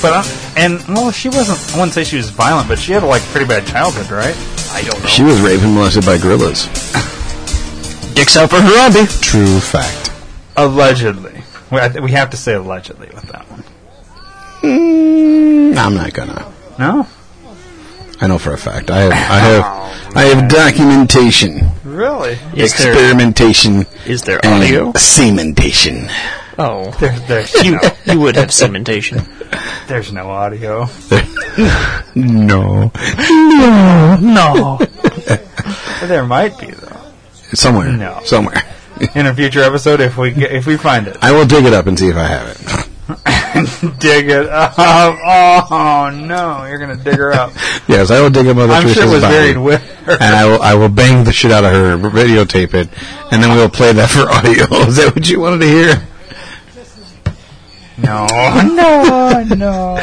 [SPEAKER 1] but I, and well, she wasn't. I wouldn't say she was violent, but she had like pretty bad childhood, right? I don't know.
[SPEAKER 3] She was raped and molested by gorillas.
[SPEAKER 2] Dicks out for Harambe.
[SPEAKER 3] True fact.
[SPEAKER 1] Allegedly. We, I th- we have to say allegedly with that one.
[SPEAKER 3] Mm, I'm not gonna.
[SPEAKER 1] No?
[SPEAKER 3] I know for a fact. I have. I have. I have documentation,
[SPEAKER 1] Really?
[SPEAKER 2] Is there
[SPEAKER 3] experimentation,
[SPEAKER 2] is there
[SPEAKER 3] and
[SPEAKER 2] audio?
[SPEAKER 3] sementation.
[SPEAKER 2] Oh,
[SPEAKER 1] There, there's, no,
[SPEAKER 2] you would have cementation.
[SPEAKER 1] there's no audio.
[SPEAKER 3] No,
[SPEAKER 1] No. there might be, though.
[SPEAKER 3] somewhere.
[SPEAKER 1] No.
[SPEAKER 3] somewhere.
[SPEAKER 1] In a future episode, if we get, if we find it,
[SPEAKER 3] I will dig it up and see if I have it.
[SPEAKER 1] dig it up. Oh no, you're gonna dig her up.
[SPEAKER 3] Yes, I will dig up Mother
[SPEAKER 1] I'm
[SPEAKER 3] Teresa's
[SPEAKER 1] sure it was
[SPEAKER 3] body.
[SPEAKER 1] buried with her.
[SPEAKER 3] and I will, I will bang the shit out of her, videotape it, and then we'll play that for audio. Is that what you wanted to hear?
[SPEAKER 1] No, no,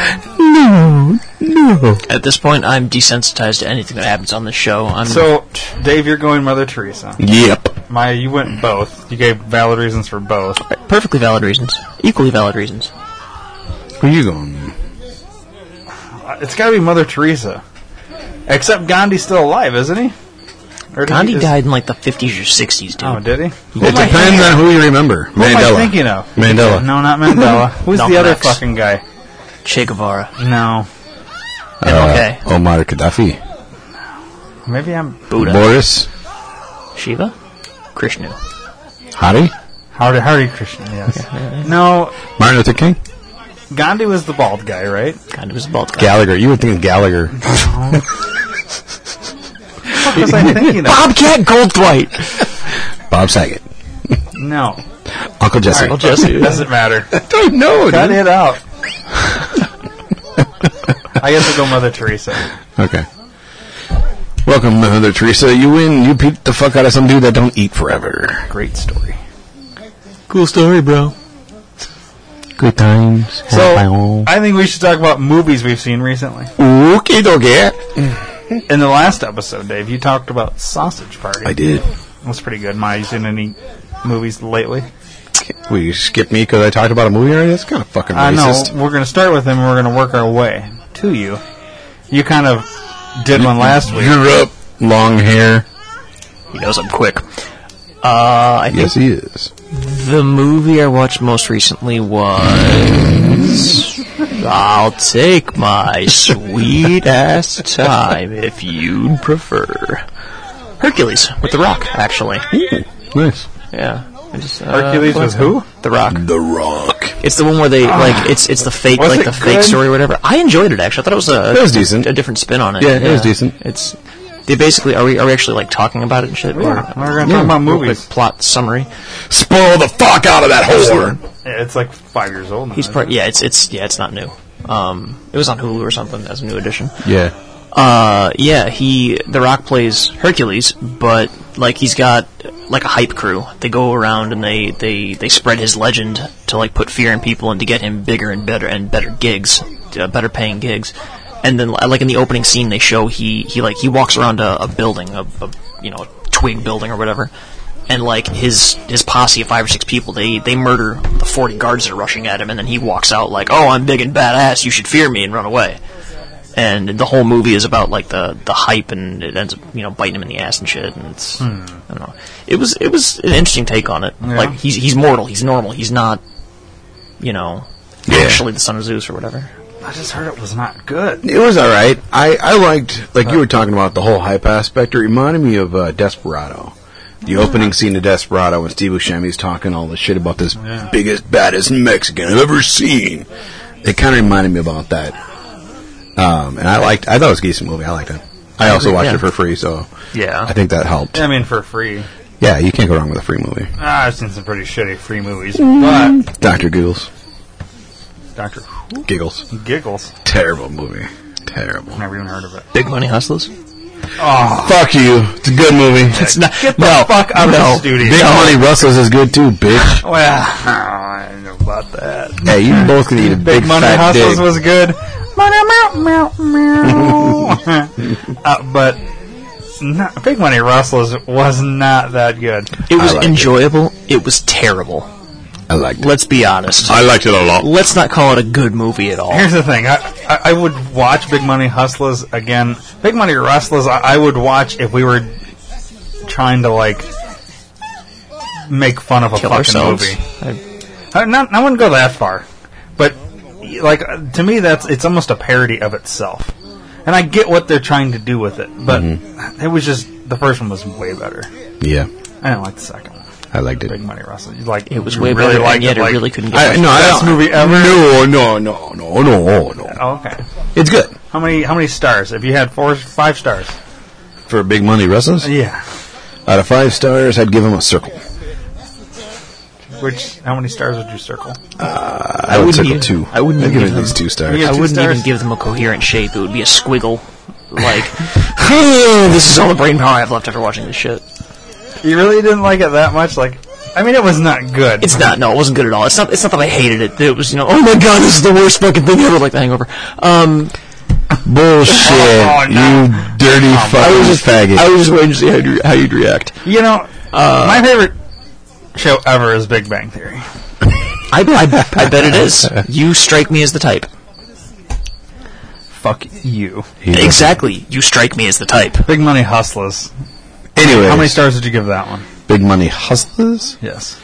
[SPEAKER 1] no.
[SPEAKER 2] At this point, I'm desensitized to anything that happens on this show. I'm
[SPEAKER 1] So, Dave, you're going Mother Teresa.
[SPEAKER 3] Yep.
[SPEAKER 1] Maya, you went both. You gave valid reasons for both.
[SPEAKER 2] perfectly valid reasons, equally valid reasons.
[SPEAKER 3] Where you going?
[SPEAKER 1] Uh, It's got to be Mother Teresa. Except Gandhi's still alive, isn't he? Or did
[SPEAKER 2] Gandhi
[SPEAKER 1] he just-
[SPEAKER 2] died in like the 50s or 60s, dude.
[SPEAKER 1] Oh, did he? Who am
[SPEAKER 3] It
[SPEAKER 1] I
[SPEAKER 3] depends
[SPEAKER 1] thinking-
[SPEAKER 3] on who you remember.
[SPEAKER 1] Who am I
[SPEAKER 3] Mandela.
[SPEAKER 1] thinking of?
[SPEAKER 3] Mandela.
[SPEAKER 1] No, not Mandela. Who's the
[SPEAKER 2] Malcolm
[SPEAKER 1] other
[SPEAKER 2] X.
[SPEAKER 1] fucking guy?
[SPEAKER 2] Che Guevara.
[SPEAKER 1] No,
[SPEAKER 2] And okay,
[SPEAKER 3] Uh, Omar Gaddafi.
[SPEAKER 1] maybe I'm
[SPEAKER 2] Buddha,
[SPEAKER 3] Boris.
[SPEAKER 2] Shiva, Krishna.
[SPEAKER 3] Hari.
[SPEAKER 1] Hare Hare Krishna. Yes. No,
[SPEAKER 3] Martin Luther King.
[SPEAKER 1] Gandhi was the bald guy, right?
[SPEAKER 2] Gandhi was a bald guy.
[SPEAKER 3] Gallagher. You would think of Gallagher.
[SPEAKER 1] What was I thinking of?
[SPEAKER 2] Bobcat Goldthwait.
[SPEAKER 3] Bob Saget.
[SPEAKER 1] No,
[SPEAKER 3] Uncle Jesse.
[SPEAKER 2] Well, Jesse,
[SPEAKER 1] doesn't matter.
[SPEAKER 3] I don't know.
[SPEAKER 1] Cut
[SPEAKER 3] dude.
[SPEAKER 1] it out. I guess we'll go Mother Teresa.
[SPEAKER 3] Okay. Welcome, uh, Mother Teresa. You win. You beat the fuck out of some dude that don't eat forever.
[SPEAKER 1] Great story.
[SPEAKER 3] Cool story, bro. Good times.
[SPEAKER 1] So I think we should talk about movies we've seen recently.
[SPEAKER 3] Okie dokie.
[SPEAKER 1] In the last episode, Dave, you talked about Sausage Party.
[SPEAKER 3] I did.
[SPEAKER 1] It was pretty good. Ma, you seen any movies lately?
[SPEAKER 3] Will you skip me because I talked about a movie already? That's kind of fucking
[SPEAKER 1] I know.
[SPEAKER 3] racist.
[SPEAKER 1] We're going to start with them and we're going to work our way to you. You kind of did one last week.
[SPEAKER 3] Europe, long hair.
[SPEAKER 2] he knows I'm quick. Uh, I think
[SPEAKER 3] Yes, he is.
[SPEAKER 2] the movie I watched most recently was. I'll take my sweet ass time if you'd prefer. Hercules with The Rock, actually.
[SPEAKER 3] Nice.
[SPEAKER 2] Yeah. I just, uh,
[SPEAKER 1] Hercules was who? Ah.
[SPEAKER 2] The Rock.
[SPEAKER 3] The Rock.
[SPEAKER 2] It's the one where they like it's it's the fake
[SPEAKER 1] Was
[SPEAKER 2] like
[SPEAKER 1] it
[SPEAKER 2] the fake
[SPEAKER 1] good?
[SPEAKER 2] story or whatever. I enjoyed it actually. I thought it was a
[SPEAKER 3] It was decent.
[SPEAKER 2] a different spin on it.
[SPEAKER 3] Yeah, it was decent.
[SPEAKER 2] It's they basically are we are we actually like talking about it and shit?
[SPEAKER 1] We're
[SPEAKER 2] Or,
[SPEAKER 1] going to
[SPEAKER 3] Yeah,
[SPEAKER 1] talk about
[SPEAKER 2] real
[SPEAKER 1] movies.
[SPEAKER 2] quick plot summary.
[SPEAKER 3] Spoil the fuck out of that whore.
[SPEAKER 1] Yeah, It's like five years old now.
[SPEAKER 2] He's
[SPEAKER 1] isn't
[SPEAKER 2] part. Yeah, it's it's yeah, it's not new. Um, it was on Hulu or something as a new edition.
[SPEAKER 3] Yeah.
[SPEAKER 2] Uh, yeah, he The Rock plays Hercules, but like he's got like a hype crew. They go around and they they they spread his legend to like put fear in people and to get him bigger and better and better gigs, uh, better paying gigs. And then uh, like in the opening scene, they show he he like he walks around a, a building, a, a you know a twig building or whatever. And like his his posse of five or six people, they they murder the forty guards that are rushing at him, and then he walks out like, "Oh, I'm big and badass. You should fear me," and run away and the whole movie is about like the the hype, and it ends up you know biting him in the ass and shit. And it's I don't know. It was it was an interesting take on it. Like he's he's mortal, he's normal, he's not you know actually the son of Zeus or whatever.
[SPEAKER 1] I just heard it was not good.
[SPEAKER 3] Uh, It was all right. I, I liked like you were talking about the whole hype aspect. It reminded me of uh, Desperado,
[SPEAKER 2] Ah.
[SPEAKER 3] the opening scene to Desperado when Steve Buscemi's talking all the shit about this biggest baddest Mexican I've ever seen. It kind of reminded me about that. Um, and I liked. I thought it was a decent movie. I liked it. I also watched
[SPEAKER 2] yeah.
[SPEAKER 3] it for free, so I
[SPEAKER 2] Yeah, Uh,
[SPEAKER 3] think that helped.
[SPEAKER 1] I mean, for free.
[SPEAKER 3] Yeah, you can't go wrong with a free movie.
[SPEAKER 1] Ah, I've seen some pretty shitty free movies, but
[SPEAKER 3] Doctor Giggles,
[SPEAKER 1] Doctor Who
[SPEAKER 3] Giggles,
[SPEAKER 1] giggles.
[SPEAKER 3] terrible movie, terrible.
[SPEAKER 1] Never even heard of it.
[SPEAKER 2] big money hustlers.
[SPEAKER 3] Fuck you. It's a good movie.
[SPEAKER 2] It's not
[SPEAKER 1] Get the fuck out of the studio.
[SPEAKER 3] Big Honey Russell's is good too, bitch.
[SPEAKER 1] Well, I don't know about that.
[SPEAKER 3] Hey, you both can eat a big,
[SPEAKER 1] Big Money
[SPEAKER 3] fat
[SPEAKER 1] Hustles
[SPEAKER 3] dick.
[SPEAKER 1] was good. Money, meow, meow, meow. uh, but not, Big Money Hustles was not that good.
[SPEAKER 2] It was
[SPEAKER 3] I liked it.
[SPEAKER 2] enjoyable. It. was terrible.
[SPEAKER 3] I liked it.
[SPEAKER 2] Let's be honest.
[SPEAKER 3] I liked it a lot.
[SPEAKER 2] Let's not call it a good movie at all.
[SPEAKER 1] Here's the thing: I, I, I would watch Big Money Hustlers again. Big Money Hustlers, I, I would watch if we were trying to like make fun of a
[SPEAKER 2] kill
[SPEAKER 1] fucking
[SPEAKER 2] ourselves.
[SPEAKER 1] movie.
[SPEAKER 2] I-
[SPEAKER 1] I, Uh, not, I wouldn't go that far, but y- like uh, to me, that's it's almost a parody of itself. And I get what they're trying to do with it, but it was just the first one was way better.
[SPEAKER 3] Yeah,
[SPEAKER 1] I didn't like the second one.
[SPEAKER 3] I liked
[SPEAKER 1] Big
[SPEAKER 3] it.
[SPEAKER 1] Money Russell, you like
[SPEAKER 2] it was
[SPEAKER 1] you
[SPEAKER 2] way
[SPEAKER 1] really
[SPEAKER 2] better,
[SPEAKER 1] liked
[SPEAKER 2] and yet it
[SPEAKER 1] like-
[SPEAKER 2] really couldn't get.
[SPEAKER 3] I, no,
[SPEAKER 1] Best
[SPEAKER 3] I don't-
[SPEAKER 1] movie ever.
[SPEAKER 3] No, no, no, no, no, no.
[SPEAKER 1] Oh, okay.
[SPEAKER 3] It's good
[SPEAKER 1] How many how many stars? If you had four five stars,
[SPEAKER 3] for big money wrestlers.
[SPEAKER 1] yeah.
[SPEAKER 3] Out of five stars, I'd give him a circle.
[SPEAKER 1] Which how many stars would you circle?
[SPEAKER 3] I, would
[SPEAKER 2] wouldn't
[SPEAKER 3] circle
[SPEAKER 2] even-
[SPEAKER 3] two.
[SPEAKER 2] I wouldn't
[SPEAKER 3] I'd give
[SPEAKER 2] even
[SPEAKER 3] it at
[SPEAKER 2] give
[SPEAKER 3] least two stars.
[SPEAKER 1] Yeah.
[SPEAKER 2] I
[SPEAKER 1] two
[SPEAKER 2] wouldn't
[SPEAKER 1] stars.
[SPEAKER 2] even give them a coherent shape. It would be a squiggle. Like, this is all the brain power I have left after watching this shit.
[SPEAKER 1] You really didn't like it that much? Like, I mean, it was not good.
[SPEAKER 2] It's not. No, it wasn't good at all. It's not. It's not that I hated it. It was you know, oh my god, this is the worst fucking thing ever. Like The Hangover. Um,
[SPEAKER 3] Bullshit!
[SPEAKER 1] Oh, no.
[SPEAKER 3] You dirty
[SPEAKER 2] I
[SPEAKER 3] fucking
[SPEAKER 2] was just
[SPEAKER 3] faggot.
[SPEAKER 2] I was just waiting to see how you'd, how you'd react.
[SPEAKER 1] you know, my favorite show ever is Big Bang Theory.
[SPEAKER 2] I, I, I bet it is. You strike me as the type.
[SPEAKER 1] Fuck you.
[SPEAKER 3] He doesn't.
[SPEAKER 2] Exactly. You strike me as the type.
[SPEAKER 1] Big Money Hustlers.
[SPEAKER 3] Anyway,
[SPEAKER 1] How many stars did you give that one?
[SPEAKER 3] big money hustlers?
[SPEAKER 1] Yes.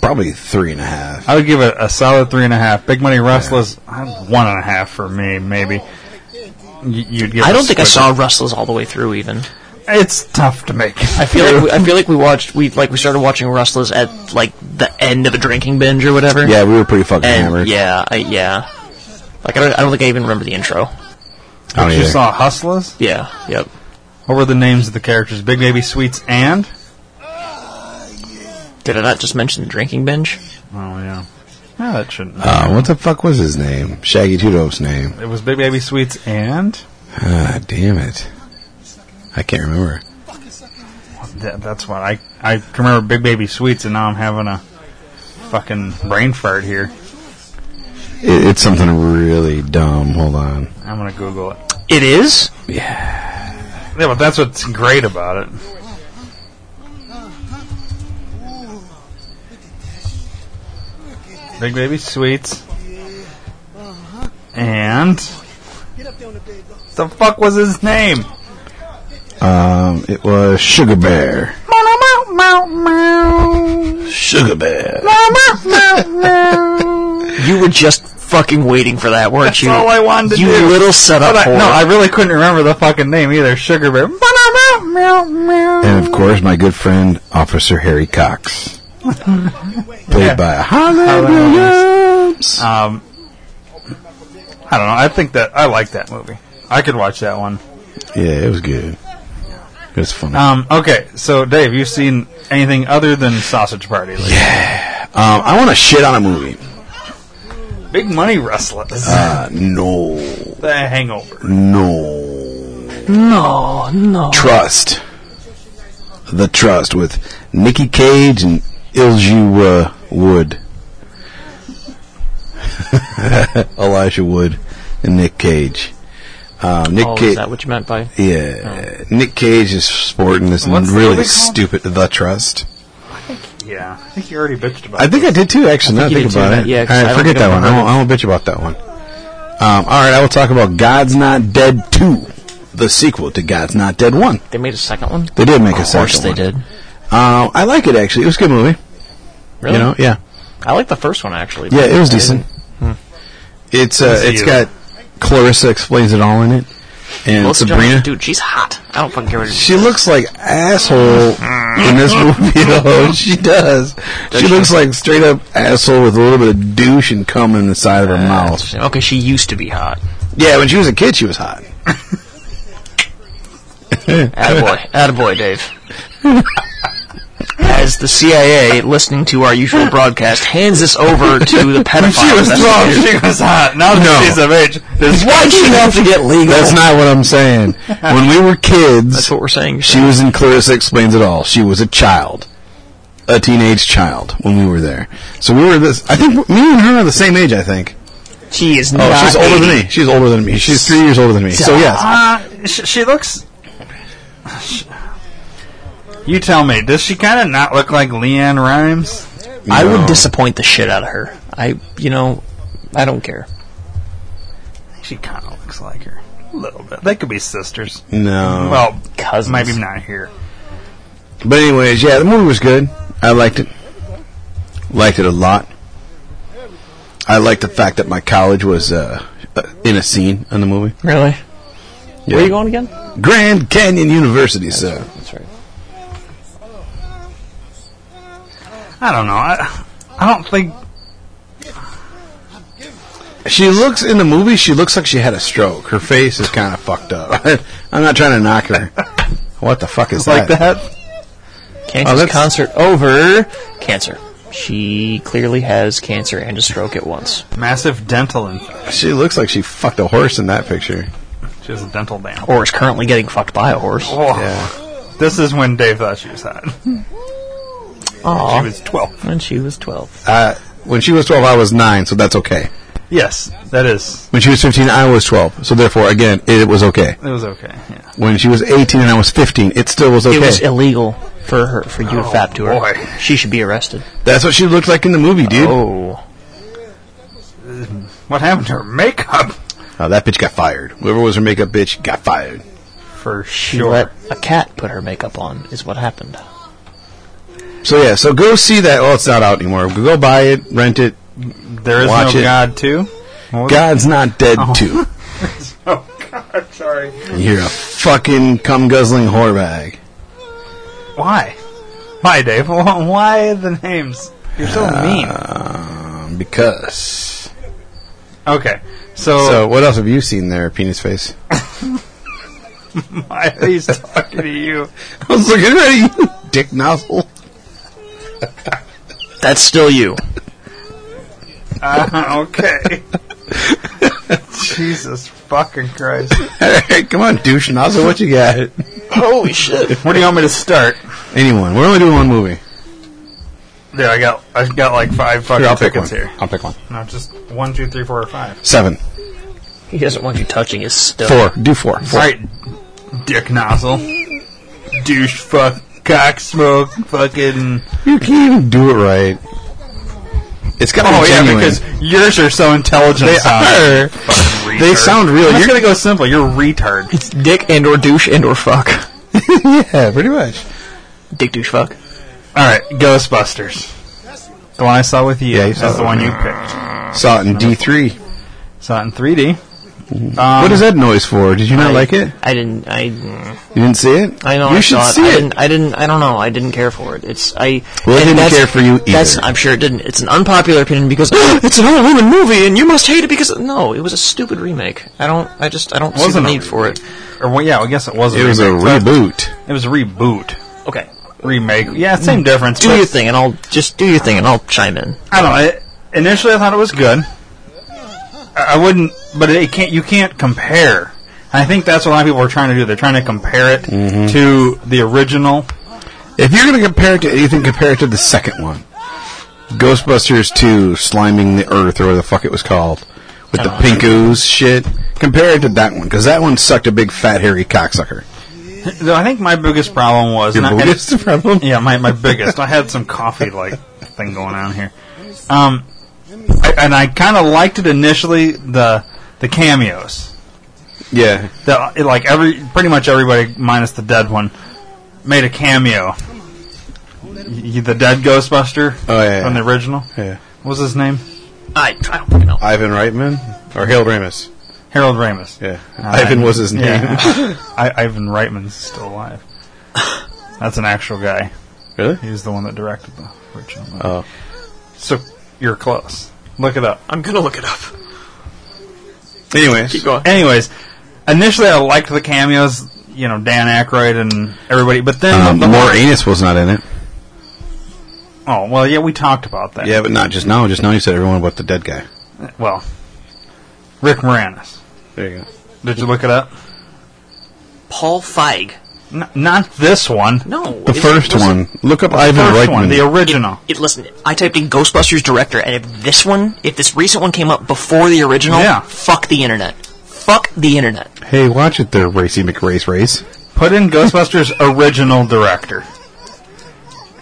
[SPEAKER 3] Probably three and a half.
[SPEAKER 1] I would give it a solid three and a half. Big Money Wrestlers, uh, one and a half for me, maybe. Y- You'd give.
[SPEAKER 2] I
[SPEAKER 1] it
[SPEAKER 2] don't think I
[SPEAKER 1] Squid-
[SPEAKER 2] saw Russell's all the way through. Even
[SPEAKER 1] It's tough to make.
[SPEAKER 2] I feel like we, I feel like we watched we like we started watching Russell's at like the end of a drinking binge or whatever.
[SPEAKER 3] Yeah, we were pretty fucking
[SPEAKER 2] And
[SPEAKER 3] hammered.
[SPEAKER 2] yeah, I, yeah. Like I don't, I don't think I even remember the intro.
[SPEAKER 3] I don't
[SPEAKER 1] you
[SPEAKER 3] either.
[SPEAKER 1] saw Hustlers.
[SPEAKER 2] Yeah. Yep.
[SPEAKER 1] What were the names of the characters? Big Baby Sweets and.
[SPEAKER 2] Did I not just mention the drinking binge?
[SPEAKER 1] Oh yeah. No, that shouldn't.
[SPEAKER 3] Uh, what the fuck was his name? Shaggy Two Dope's name.
[SPEAKER 1] it was Big Baby Sweets and.
[SPEAKER 3] Ah, damn it. I can't remember.
[SPEAKER 1] That, that's what I I can remember Big Baby Sweets, and now I'm having a fucking brain fart here.
[SPEAKER 3] It, it's something really dumb. Hold on.
[SPEAKER 1] I'm gonna Google it.
[SPEAKER 2] It is.
[SPEAKER 1] Yeah, but that's what's great about it. Big Baby Sweets and the fuck was his name?
[SPEAKER 3] Um, it was Sugar Bear. Sugar Bear.
[SPEAKER 2] You were just fucking waiting for that, weren't
[SPEAKER 1] That's
[SPEAKER 2] you?
[SPEAKER 1] all I wanted to
[SPEAKER 2] you
[SPEAKER 1] do.
[SPEAKER 2] little set up
[SPEAKER 1] But I,
[SPEAKER 2] for
[SPEAKER 1] no,
[SPEAKER 2] it.
[SPEAKER 1] I really couldn't remember the fucking name either. Sugar Bear.
[SPEAKER 3] And of course, my good friend, Officer Harry Cox. Played by Holland Williams.
[SPEAKER 1] Um, I don't know. I think that I like that movie. I could watch that one.
[SPEAKER 3] Yeah, it was good. It was funny.
[SPEAKER 1] Um, okay, so Dave, you've seen anything other than Sausage Party? Like
[SPEAKER 3] Um, I want to shit on a movie.
[SPEAKER 1] Big Money Wrestlers,
[SPEAKER 3] Uh, no.
[SPEAKER 1] The Hangover.
[SPEAKER 3] No.
[SPEAKER 2] no, no.
[SPEAKER 3] Trust. The Trust with Nicky Cage and Ilju uh, Wood. Elijah Wood and Nick Cage. Um, Nick
[SPEAKER 2] Oh, is
[SPEAKER 3] Cage.
[SPEAKER 2] that what Oh. you meant by?
[SPEAKER 3] Yeah, Nick Cage is sporting this
[SPEAKER 1] What's the
[SPEAKER 3] really
[SPEAKER 1] movie called?
[SPEAKER 3] stupid The Trust.
[SPEAKER 1] Yeah, I think you already bitched about.
[SPEAKER 3] I think I did too. Actually,
[SPEAKER 2] think
[SPEAKER 3] now
[SPEAKER 2] you did too,
[SPEAKER 3] that I think about it.
[SPEAKER 2] yeah, 'cause
[SPEAKER 3] All right,
[SPEAKER 2] I don't
[SPEAKER 3] forget
[SPEAKER 2] think
[SPEAKER 3] that
[SPEAKER 2] I've
[SPEAKER 3] one. I
[SPEAKER 2] heard
[SPEAKER 3] won't, I won't bitch about that one. Um, all right, I will talk about God's Not Dead Two, the sequel to God's Not Dead One.
[SPEAKER 2] They made a second one.
[SPEAKER 3] They did make a
[SPEAKER 2] Of
[SPEAKER 3] second
[SPEAKER 2] course they
[SPEAKER 3] one.
[SPEAKER 2] did.
[SPEAKER 3] Um, I like it actually. It was a good movie.
[SPEAKER 2] Really?
[SPEAKER 3] You know, yeah,
[SPEAKER 2] I like the first one actually.
[SPEAKER 3] yeah, it was
[SPEAKER 2] I
[SPEAKER 3] decent.
[SPEAKER 2] didn't-
[SPEAKER 3] It's uh,
[SPEAKER 1] See
[SPEAKER 3] it's
[SPEAKER 1] you.
[SPEAKER 3] got Clarissa explains it all in it, and
[SPEAKER 2] Melissa
[SPEAKER 3] Sabrina.
[SPEAKER 2] Jones, dude, she's hot. I don't fucking care what it is.
[SPEAKER 3] She looks like asshole in this movie. though. she does. she
[SPEAKER 2] she?
[SPEAKER 3] looks like straight up asshole with a little bit of douche and cum in the side
[SPEAKER 2] Ah.
[SPEAKER 3] of her mouth.
[SPEAKER 2] Okay, she used to be hot.
[SPEAKER 3] Yeah, when she was a kid, she was hot.
[SPEAKER 2] Attaboy. Attaboy, Dave. As the CIA, listening to our usual broadcast, hands this over to the pedophile.
[SPEAKER 1] she was wrong.
[SPEAKER 2] investigator.
[SPEAKER 1] She was hot. Now that
[SPEAKER 3] No.
[SPEAKER 1] she's of age, there's
[SPEAKER 2] Why'd she have to get legal?
[SPEAKER 3] That's not what I'm saying. When we were
[SPEAKER 2] That's
[SPEAKER 3] kids,
[SPEAKER 2] what we're saying.
[SPEAKER 3] she was in Clarissa Explains It All. She was a child, a teenage child when we were there. So we were this. I think me and her are the same age. I think.
[SPEAKER 2] She is
[SPEAKER 3] Oh,
[SPEAKER 2] not.
[SPEAKER 3] she's older than me. She's older than me. She's three years older than me. So yes,
[SPEAKER 1] Uh, she, she looks. You tell me, does she kind of not look like Leanne Rhymes?
[SPEAKER 2] I would
[SPEAKER 3] No.
[SPEAKER 2] disappoint the shit out of her. I, you know, I don't care.
[SPEAKER 1] She kind of looks like her a little bit. They could be sisters.
[SPEAKER 3] No.
[SPEAKER 1] Well,
[SPEAKER 2] Cousins.
[SPEAKER 1] maybe not here.
[SPEAKER 3] But anyways, yeah, the movie was good. I liked it. Liked it a lot. I liked the fact that my college was uh, uh, in a scene in the movie.
[SPEAKER 2] Really? Where
[SPEAKER 3] Yeah.
[SPEAKER 2] are you going again?
[SPEAKER 3] Grand Canyon University, sir.
[SPEAKER 2] That's right.
[SPEAKER 1] I don't know. I, I don't think.
[SPEAKER 3] She looks in the movie. She looks like she had a stroke. Her face is kind of fucked up. I'm not trying to knock her. What the fuck is
[SPEAKER 1] Like
[SPEAKER 3] that?
[SPEAKER 1] that?
[SPEAKER 2] Cancer's
[SPEAKER 3] that's-
[SPEAKER 2] concert over. Cancer. She clearly has cancer and a stroke at once.
[SPEAKER 1] Massive dental infection.
[SPEAKER 3] She looks like she fucked a horse in that picture.
[SPEAKER 1] She has a dental dam.
[SPEAKER 2] Or is currently getting fucked by a horse.
[SPEAKER 1] Oh,
[SPEAKER 3] Yeah.
[SPEAKER 1] This is when Dave thought she was hot.
[SPEAKER 2] Aw.
[SPEAKER 1] She was 12.
[SPEAKER 2] when she was 12.
[SPEAKER 3] Uh, when she was 12, I was 9, so that's okay.
[SPEAKER 1] Yes, that is.
[SPEAKER 3] When she was 15, I was 12, so therefore, again, it was okay.
[SPEAKER 1] It was okay. Yeah.
[SPEAKER 3] When she was 18 and I was 15, it still was okay.
[SPEAKER 2] It was illegal for her for you to fap to her.
[SPEAKER 1] boy.
[SPEAKER 2] She should be arrested.
[SPEAKER 3] that's what she looked like in the movie, dude. Oh.
[SPEAKER 2] Oh.
[SPEAKER 1] What happened to her makeup?
[SPEAKER 3] Oh, that bitch got fired. Whoever was her makeup bitch got fired.
[SPEAKER 1] For
[SPEAKER 2] She
[SPEAKER 1] sure.
[SPEAKER 2] let a cat put her makeup on, is what happened.
[SPEAKER 3] So yeah, so go see that. Well, it's not out anymore. Go buy it, rent it.
[SPEAKER 1] there is
[SPEAKER 3] Watch
[SPEAKER 1] no
[SPEAKER 3] it.
[SPEAKER 1] God, too. What was
[SPEAKER 3] God's not dead too.
[SPEAKER 1] Oh God, sorry.
[SPEAKER 3] You're a fucking cum guzzling whorebag.
[SPEAKER 1] Why? Why, Dave? Why the names? You're so mean.
[SPEAKER 3] Um, because.
[SPEAKER 1] Okay, so,
[SPEAKER 3] So what else have you seen there, penis face?
[SPEAKER 1] why are these talking to you?
[SPEAKER 3] I was looking at you, dick nozzle.
[SPEAKER 2] That's still you.
[SPEAKER 1] Uh, okay. Jesus fucking Christ!
[SPEAKER 3] Come on, douche nozzle. What you got?
[SPEAKER 2] Holy shit.
[SPEAKER 1] Where do you want me to start?
[SPEAKER 3] Anyone? We're only doing one movie.
[SPEAKER 1] There, I got, I got like five fucking tickets here.
[SPEAKER 3] I'll pick one.
[SPEAKER 1] No, just one, two, three, four, or five.
[SPEAKER 3] Seven.
[SPEAKER 2] He doesn't want you touching his stuff.
[SPEAKER 3] Four. Do four. Four.
[SPEAKER 1] Right, dick nozzle, douche fuck, cock smoke, fucking.
[SPEAKER 3] You can't even do it right. It's got.
[SPEAKER 1] Oh yeah, because yours are so intelligent.
[SPEAKER 3] they
[SPEAKER 1] sounding.
[SPEAKER 3] are.
[SPEAKER 1] Fucking
[SPEAKER 3] They
[SPEAKER 1] retard.
[SPEAKER 3] sound real.
[SPEAKER 1] I'm
[SPEAKER 3] You're
[SPEAKER 1] just gonna go simple. You're a retard.
[SPEAKER 2] It's dick and or douche and or fuck.
[SPEAKER 3] yeah, pretty much.
[SPEAKER 2] Dick douche fuck.
[SPEAKER 1] All right, Ghostbusters. The one I saw with you.
[SPEAKER 3] Yeah, you saw
[SPEAKER 1] That's
[SPEAKER 3] it.
[SPEAKER 1] the one you picked.
[SPEAKER 3] Saw it in D three.
[SPEAKER 1] Saw it in 3D. Um,
[SPEAKER 3] Mm-hmm. What is that noise for? Did you not like it?
[SPEAKER 2] I didn't. I.
[SPEAKER 3] You didn't see it?
[SPEAKER 2] I know.
[SPEAKER 3] You
[SPEAKER 2] I
[SPEAKER 3] should
[SPEAKER 2] saw it.
[SPEAKER 3] see
[SPEAKER 2] I
[SPEAKER 3] it.
[SPEAKER 2] didn't. I didn't. I don't know. I didn't care for it. It's. I.
[SPEAKER 3] Well,
[SPEAKER 2] and
[SPEAKER 3] it didn't
[SPEAKER 2] that's-
[SPEAKER 3] care for you either.
[SPEAKER 2] That's. I'm sure it didn't. It's an unpopular opinion because it's an all-woman movie and you must hate it because no, it was a stupid remake. I don't. I just. I don't see the
[SPEAKER 1] Wasn't a
[SPEAKER 2] need for it.
[SPEAKER 1] Or well, yeah, I guess it was.
[SPEAKER 3] It was a
[SPEAKER 1] remake. So-
[SPEAKER 3] reboot.
[SPEAKER 1] It was a reboot,
[SPEAKER 2] Okay.
[SPEAKER 1] remake. Yeah,
[SPEAKER 3] Mm.
[SPEAKER 1] same difference.
[SPEAKER 2] Do
[SPEAKER 1] but
[SPEAKER 2] your thing, and I'll just do your thing, and I'll chime in.
[SPEAKER 1] I don't know. It, initially, I thought it was good. I, I wouldn't, but it can't. You can't compare. I think that's what a lot of people are trying to do. They're trying to compare it
[SPEAKER 3] Mm-hmm.
[SPEAKER 1] to the original.
[SPEAKER 3] If you're going to compare it to anything, compare it to the second one. Ghostbusters 2, Sliming the Earth, or whatever the fuck it was called, with
[SPEAKER 2] Oh,
[SPEAKER 3] the pink ooze shit. Compare it to that one, because that one sucked a big fat hairy cocksucker.
[SPEAKER 1] Though I think my biggest problem was,
[SPEAKER 3] Your
[SPEAKER 1] and I- and-
[SPEAKER 3] biggest problem?
[SPEAKER 1] Yeah, my, my biggest. I had some coffee like thing going on here, um, I, and I kind of liked it initially. The the cameos,
[SPEAKER 3] Yeah.
[SPEAKER 1] the it, like every pretty much everybody minus the dead one made a cameo. Y- the dead Ghostbuster
[SPEAKER 3] Oh, yeah, yeah.
[SPEAKER 1] from the original.
[SPEAKER 3] Yeah.
[SPEAKER 1] What was his name?
[SPEAKER 2] I. I don't fucking know.
[SPEAKER 3] Ivan Reitman? Or Harold Ramis?
[SPEAKER 1] Harold Ramis.
[SPEAKER 3] Yeah. Ivan was his name.
[SPEAKER 1] Yeah. I, Ivan Reitman's still alive. That's an actual guy.
[SPEAKER 3] Really?
[SPEAKER 1] He's the one that directed the original. movie.
[SPEAKER 3] Oh.
[SPEAKER 1] So you're close. Look it up.
[SPEAKER 2] I'm gonna look it up.
[SPEAKER 3] Anyways.
[SPEAKER 2] going.
[SPEAKER 1] Anyways, initially I liked the cameos, you know, Dan Aykroyd and everybody, but then
[SPEAKER 3] Um,
[SPEAKER 1] the
[SPEAKER 3] more anus was not in it.
[SPEAKER 1] oh well, yeah, we talked about that.
[SPEAKER 3] Yeah, but not just now. Just now you said everyone but the dead guy.
[SPEAKER 1] Well, Rick Moranis.
[SPEAKER 3] There you go.
[SPEAKER 1] Did you look it up?
[SPEAKER 2] Paul Feig.
[SPEAKER 1] N- not this one.
[SPEAKER 2] No.
[SPEAKER 3] The
[SPEAKER 2] it-
[SPEAKER 3] first
[SPEAKER 2] listen,
[SPEAKER 3] one. Look up
[SPEAKER 1] The
[SPEAKER 3] Ivan
[SPEAKER 1] first
[SPEAKER 3] Reitman.
[SPEAKER 1] one, the original.
[SPEAKER 2] It, listen, I typed in Ghostbusters director, and if this one, if this recent one came up before the original,
[SPEAKER 1] Yeah.
[SPEAKER 2] fuck the internet. Fuck the internet.
[SPEAKER 3] hey, watch it there, Racy McRace Race.
[SPEAKER 1] Put in Ghostbusters original director,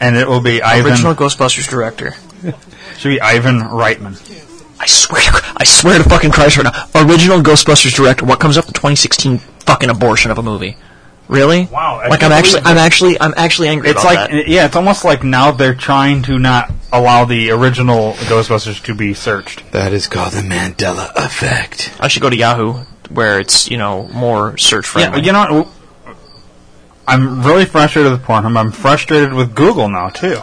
[SPEAKER 1] and it will be Ivan.
[SPEAKER 2] Original Ghostbusters director.
[SPEAKER 1] Should be Ivan Reitman.
[SPEAKER 2] I swear, to, I swear to fucking Christ right now. Original Ghostbusters director. What comes up? The 2016 fucking abortion of a movie. Really?
[SPEAKER 1] Wow, I
[SPEAKER 2] Like I'm
[SPEAKER 1] can't
[SPEAKER 2] actually,
[SPEAKER 1] believe
[SPEAKER 2] I'm actually, I'm actually angry
[SPEAKER 1] It's
[SPEAKER 2] about
[SPEAKER 1] like
[SPEAKER 2] that.
[SPEAKER 1] yeah, it's almost like now they're trying to not allow the original Ghostbusters to be searched.
[SPEAKER 3] That is called the Mandela effect.
[SPEAKER 2] I should go to Yahoo, where it's you know more search
[SPEAKER 1] Yeah,
[SPEAKER 2] friendly.
[SPEAKER 1] you know, what, w- I'm really frustrated with Pornhub. I'm frustrated with Google now too.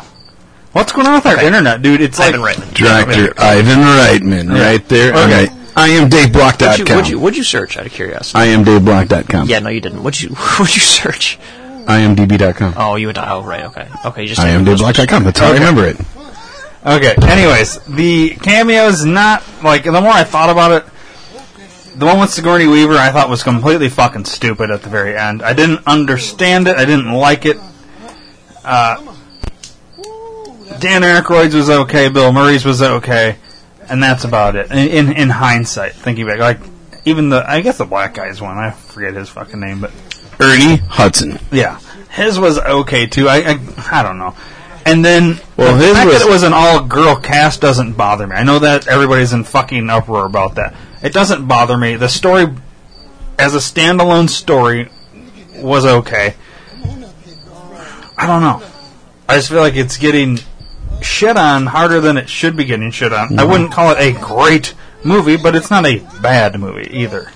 [SPEAKER 1] What's going on with our internet, dude? It's like
[SPEAKER 2] Ivan Reitman.
[SPEAKER 3] Director Ivan Reitman, right there.
[SPEAKER 1] Okay.
[SPEAKER 3] Okay. I am
[SPEAKER 2] What'd you, what'd,
[SPEAKER 3] DaveBlock.com.
[SPEAKER 2] you, what'd you search out of curiosity?
[SPEAKER 3] I am DaveBlock.com.
[SPEAKER 2] yeah, no, you didn't. What'd you What'd you search?
[SPEAKER 3] I am DB.com.
[SPEAKER 2] Oh, you went to. Oh, right. Okay. Okay. You just
[SPEAKER 3] I am DaveBlock.com. That's how I remember it.
[SPEAKER 1] Okay. Anyways, the cameo is not like the more I thought about it, the one with Sigourney Weaver I thought was completely fucking stupid at the very end. I didn't understand it. I didn't like it. Uh, Dan Aykroyd's was okay. Bill Murray's was okay, and that's about it. In in, in hindsight, thinking back, like even the I guess the black guy's one. I forget his fucking name, but
[SPEAKER 3] Ernie Hudson.
[SPEAKER 1] yeah, his was okay too. I I, I don't know. And then
[SPEAKER 3] Well,
[SPEAKER 1] the
[SPEAKER 3] his
[SPEAKER 1] fact
[SPEAKER 3] was-
[SPEAKER 1] that it was an all-girl cast doesn't bother me. I know that everybody's in fucking uproar about that. It doesn't bother me. The story, as a standalone story, was okay. I don't know. I just feel like it's getting shit on harder than it should be getting shit on.
[SPEAKER 3] Mm-hmm.
[SPEAKER 1] I wouldn't call it a great movie, but it's not a bad movie either.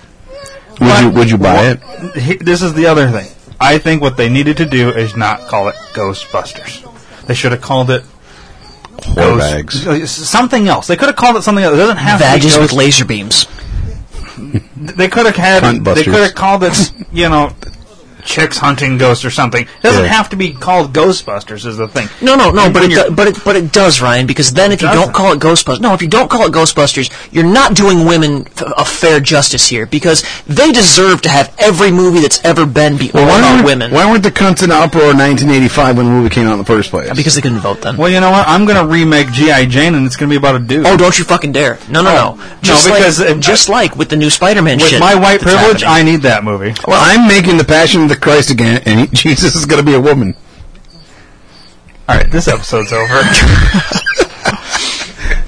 [SPEAKER 3] Would
[SPEAKER 1] But-
[SPEAKER 3] you, would you buy it?
[SPEAKER 1] He- This is the other thing. I think what they needed to do is not call it Ghostbusters. They should have called it
[SPEAKER 3] Whore bags.
[SPEAKER 1] something else. They could have called it something else. It doesn't have to be
[SPEAKER 2] Badges with
[SPEAKER 1] Ghost.
[SPEAKER 2] laser beams.
[SPEAKER 1] they could have had.
[SPEAKER 3] Cunt
[SPEAKER 1] They
[SPEAKER 3] busters.
[SPEAKER 1] could have called it, you know, chicks hunting ghosts or something. It doesn't
[SPEAKER 3] Yeah.
[SPEAKER 1] have to be called Ghostbusters. Is the thing.
[SPEAKER 2] No, no, no.
[SPEAKER 1] And
[SPEAKER 2] But it,
[SPEAKER 1] when you're-
[SPEAKER 2] do- but it but it does, Ryan. Because then, if you
[SPEAKER 1] doesn't.
[SPEAKER 2] don't call it Ghostbusters, no, if you don't call it Ghostbusters, you're not doing women f- a fair justice here because they deserve to have every movie that's ever been be all about
[SPEAKER 3] weren't,
[SPEAKER 2] women.
[SPEAKER 3] why weren't the cunts in uproar in 1985 when the movie came out in the first place?
[SPEAKER 2] Because they couldn't vote then.
[SPEAKER 1] Well, you know what? I'm gonna remake GI Jane, and it's gonna be about a dude.
[SPEAKER 2] Oh, don't you fucking dare! No, no,
[SPEAKER 1] Oh,
[SPEAKER 2] no.
[SPEAKER 1] no,
[SPEAKER 2] Just
[SPEAKER 1] because
[SPEAKER 2] like,
[SPEAKER 1] if-
[SPEAKER 2] just like with the new Spider-Man
[SPEAKER 1] With
[SPEAKER 2] shit.
[SPEAKER 1] my white
[SPEAKER 2] that's
[SPEAKER 1] privilege,
[SPEAKER 2] happening.
[SPEAKER 1] I need that movie.
[SPEAKER 3] well, I'm making the Passion of the Christ again, and he- Jesus is going to be a woman.
[SPEAKER 1] All right, this episode's over.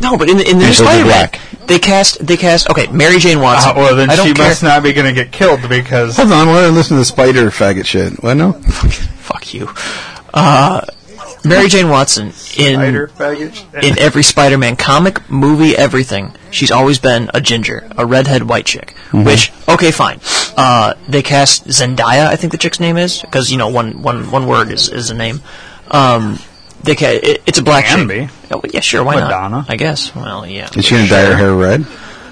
[SPEAKER 2] no, but in the, in the new
[SPEAKER 3] And she'll be
[SPEAKER 2] Spider-Man,
[SPEAKER 3] black.
[SPEAKER 2] they cast they cast okay Mary Jane Watson.
[SPEAKER 1] Uh, well, then
[SPEAKER 2] I don't
[SPEAKER 1] she
[SPEAKER 2] care. Oh.
[SPEAKER 1] must not be gonna get killed because
[SPEAKER 3] Hold on, let me listen to the spider faggot shit. What, no?
[SPEAKER 2] Fuck you. Uh, Mary Jane Watson in
[SPEAKER 1] spider baggage.
[SPEAKER 2] in every Spider-Man comic, movie, everything, she's always been a ginger, a redhead white chick.
[SPEAKER 3] Mm-hmm.
[SPEAKER 2] Which, okay, fine. Uh, they cast Zendaya, I think the chick's name is, because you know one one one word is is a name. Um, they ca- it, it's a black
[SPEAKER 1] Can
[SPEAKER 2] chick.
[SPEAKER 1] be.
[SPEAKER 2] Oh, yeah, sure, why
[SPEAKER 1] Madonna.
[SPEAKER 2] not? I guess. Well, yeah.
[SPEAKER 3] Is she going to dye her hair red?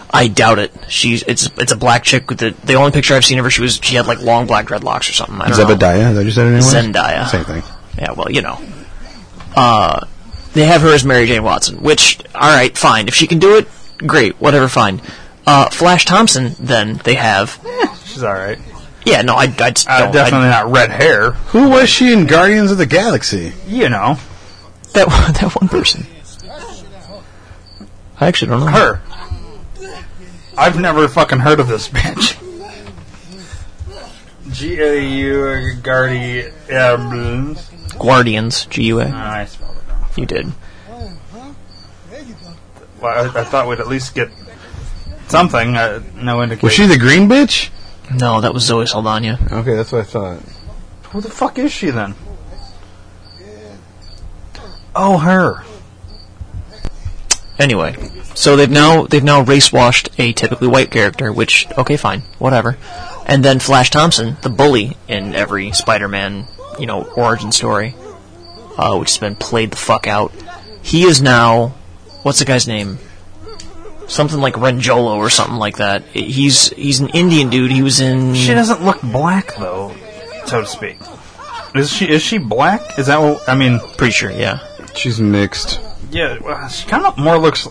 [SPEAKER 2] I doubt it. She's it's it's a black chick with the the only picture I've seen of her. She was she had like long black dreadlocks or something. I don't know.
[SPEAKER 3] Zebediah? Is that you said her name was?
[SPEAKER 2] Zendaya.
[SPEAKER 3] Same thing.
[SPEAKER 2] Yeah, well, you know. Uh, they have her as Mary Jane Watson, which, alright, fine. If she can do it, great, whatever, fine. Uh, Flash Thompson, then, they have.
[SPEAKER 1] She's all right.
[SPEAKER 2] Yeah, no, I, I just
[SPEAKER 1] Uh,
[SPEAKER 2] don't- I-
[SPEAKER 1] definitely not red hair.
[SPEAKER 3] Who was she in Guardians of the Galaxy?
[SPEAKER 1] You know,
[SPEAKER 2] that, one- that one person. I actually don't know.
[SPEAKER 1] her. I've never fucking heard of this bitch. G A U Guardi Eblins.
[SPEAKER 2] Guardians, G-U-A.
[SPEAKER 1] I spelled it wrong.
[SPEAKER 2] You did.
[SPEAKER 1] Well, I, I thought we'd at least get something. Uh, no indication.
[SPEAKER 3] Was she the green bitch?
[SPEAKER 2] No, that was Zoe Saldana.
[SPEAKER 3] Okay, that's what I thought.
[SPEAKER 1] Who the fuck is she then? Oh, her.
[SPEAKER 2] Anyway, so they've now they've now race washed a typically white character, which okay, fine, whatever. And then Flash Thompson, the bully in every Spider-Man, you know, origin story, uh, which has been played the fuck out. He is now what's the guy's name? Something like Renjolo or something like that. He's he's an Indian dude. He was in
[SPEAKER 1] She doesn't look black though, so to speak. Is she? Is she black? Is that what? I mean,
[SPEAKER 2] pretty sure, yeah.
[SPEAKER 3] She's mixed.
[SPEAKER 1] yeah. Well, she kind of more looks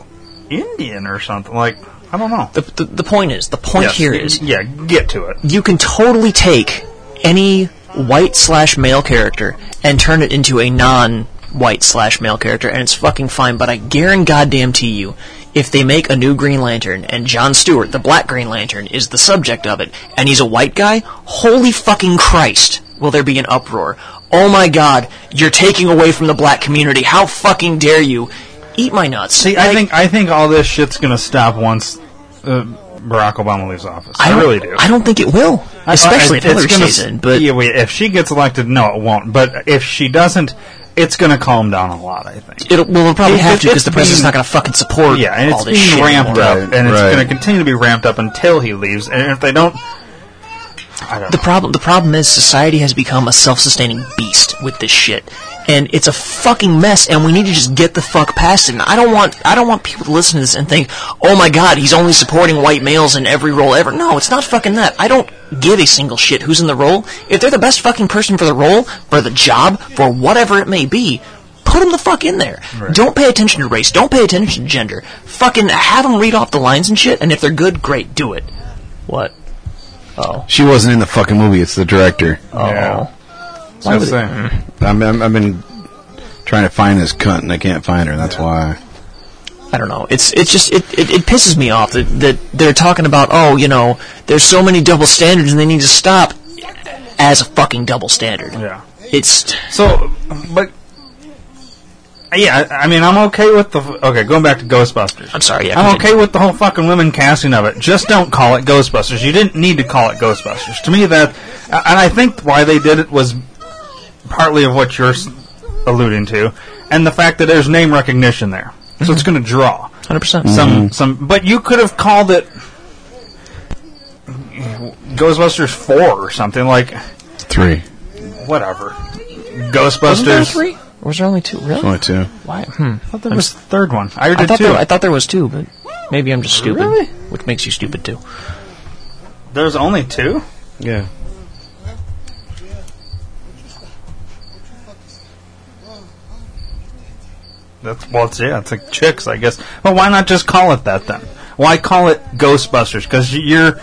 [SPEAKER 1] Indian or something. Like I don't know.
[SPEAKER 2] The, the the point is the point
[SPEAKER 1] Yes,
[SPEAKER 2] here
[SPEAKER 1] y-
[SPEAKER 2] is
[SPEAKER 1] Yeah, get to it.
[SPEAKER 2] you can totally take any white slash male character and turn it into a non white slash male character, and it's fucking fine. But I guarantee goddamn to you, if they make a new Green Lantern and John Stewart, the Black Green Lantern, is the subject of it, and he's a white guy, holy fucking Christ, will there be an uproar? Oh my god, you're taking away from the black community. How fucking dare you? Eat my nuts.
[SPEAKER 1] See, I think I think all this shit's gonna stop once uh, Barack Obama leaves office. I,
[SPEAKER 2] don't-
[SPEAKER 1] really do.
[SPEAKER 2] I don't think it will, especially if
[SPEAKER 1] it's
[SPEAKER 2] Hillary
[SPEAKER 1] gonna
[SPEAKER 2] stays
[SPEAKER 1] s-
[SPEAKER 2] in. But
[SPEAKER 1] yeah, wait, if she gets elected, no, it won't. But if she doesn't, it's going to calm down a lot, I think.
[SPEAKER 2] It'll, well, we'll probably
[SPEAKER 1] It-
[SPEAKER 2] have to
[SPEAKER 1] it's
[SPEAKER 2] because the president's
[SPEAKER 1] being-
[SPEAKER 2] not going to fucking support
[SPEAKER 1] Yeah, and
[SPEAKER 2] all
[SPEAKER 1] it's
[SPEAKER 2] this
[SPEAKER 1] being
[SPEAKER 2] shit
[SPEAKER 1] ramped
[SPEAKER 2] anymore.
[SPEAKER 1] up, and it's
[SPEAKER 3] Right.
[SPEAKER 1] going to continue to be ramped up until he leaves. And if they don't, I don't
[SPEAKER 2] The problem, the problem is society has become a self-sustaining beast with this shit, and it's a fucking mess. And we need to just get the fuck past it. And I don't want, I don't want people to listen to this and think, "Oh my God, he's only supporting white males in every role ever." No, it's not fucking that. I don't give a single shit who's in the role. If they're the best fucking person for the role, for the job, for whatever it may be. Put them the fuck in there. Don't pay attention to race. Don't pay attention to gender. Fucking have them read off the lines and shit. And if they're good, great, do it. What? Oh.
[SPEAKER 3] She wasn't in the fucking movie. It's the director.
[SPEAKER 2] Oh.
[SPEAKER 1] Yeah.
[SPEAKER 2] Why
[SPEAKER 1] know.
[SPEAKER 2] would it- Mm.
[SPEAKER 1] Saying.
[SPEAKER 3] I'm, I'm, I've been trying to find this cunt and I can't find her. That's why.
[SPEAKER 2] I don't know. It's it's just it, it, it pisses me off that, that they're talking about oh you know there's so many double standards and they need to stop as a fucking double standard.
[SPEAKER 1] Yeah.
[SPEAKER 2] It's
[SPEAKER 1] So, but yeah, I I mean, I'm okay with the okay. Going back to Ghostbusters,
[SPEAKER 2] I'm sorry. Yeah,
[SPEAKER 1] I'm
[SPEAKER 2] continue.
[SPEAKER 1] okay with the whole fucking women casting of it. Just don't call it Ghostbusters. You didn't need to call it Ghostbusters. To me, that and I think why they did it was partly of what you're s- alluding to, and the fact that there's name recognition there, so
[SPEAKER 2] Mm-hmm.
[SPEAKER 1] it's going to draw
[SPEAKER 2] 100%.
[SPEAKER 1] some some. But you could have called it Ghostbusters Four or something like
[SPEAKER 3] Three.
[SPEAKER 1] whatever.
[SPEAKER 2] Wasn't there
[SPEAKER 1] Ghostbusters.
[SPEAKER 2] three? Or was there only two? Really?
[SPEAKER 3] Only two.
[SPEAKER 2] Why? Hmm.
[SPEAKER 1] I thought there was a third one. I
[SPEAKER 2] I
[SPEAKER 1] did
[SPEAKER 2] thought
[SPEAKER 1] too.
[SPEAKER 2] there, I thought there was two, but maybe I'm just stupid,
[SPEAKER 1] Really?
[SPEAKER 2] which makes you stupid too.
[SPEAKER 1] There's only two.
[SPEAKER 3] Yeah.
[SPEAKER 1] That's well, it's yeah, it's like chicks, I guess. But why not just call it that then? Why call it Ghostbusters? Because you're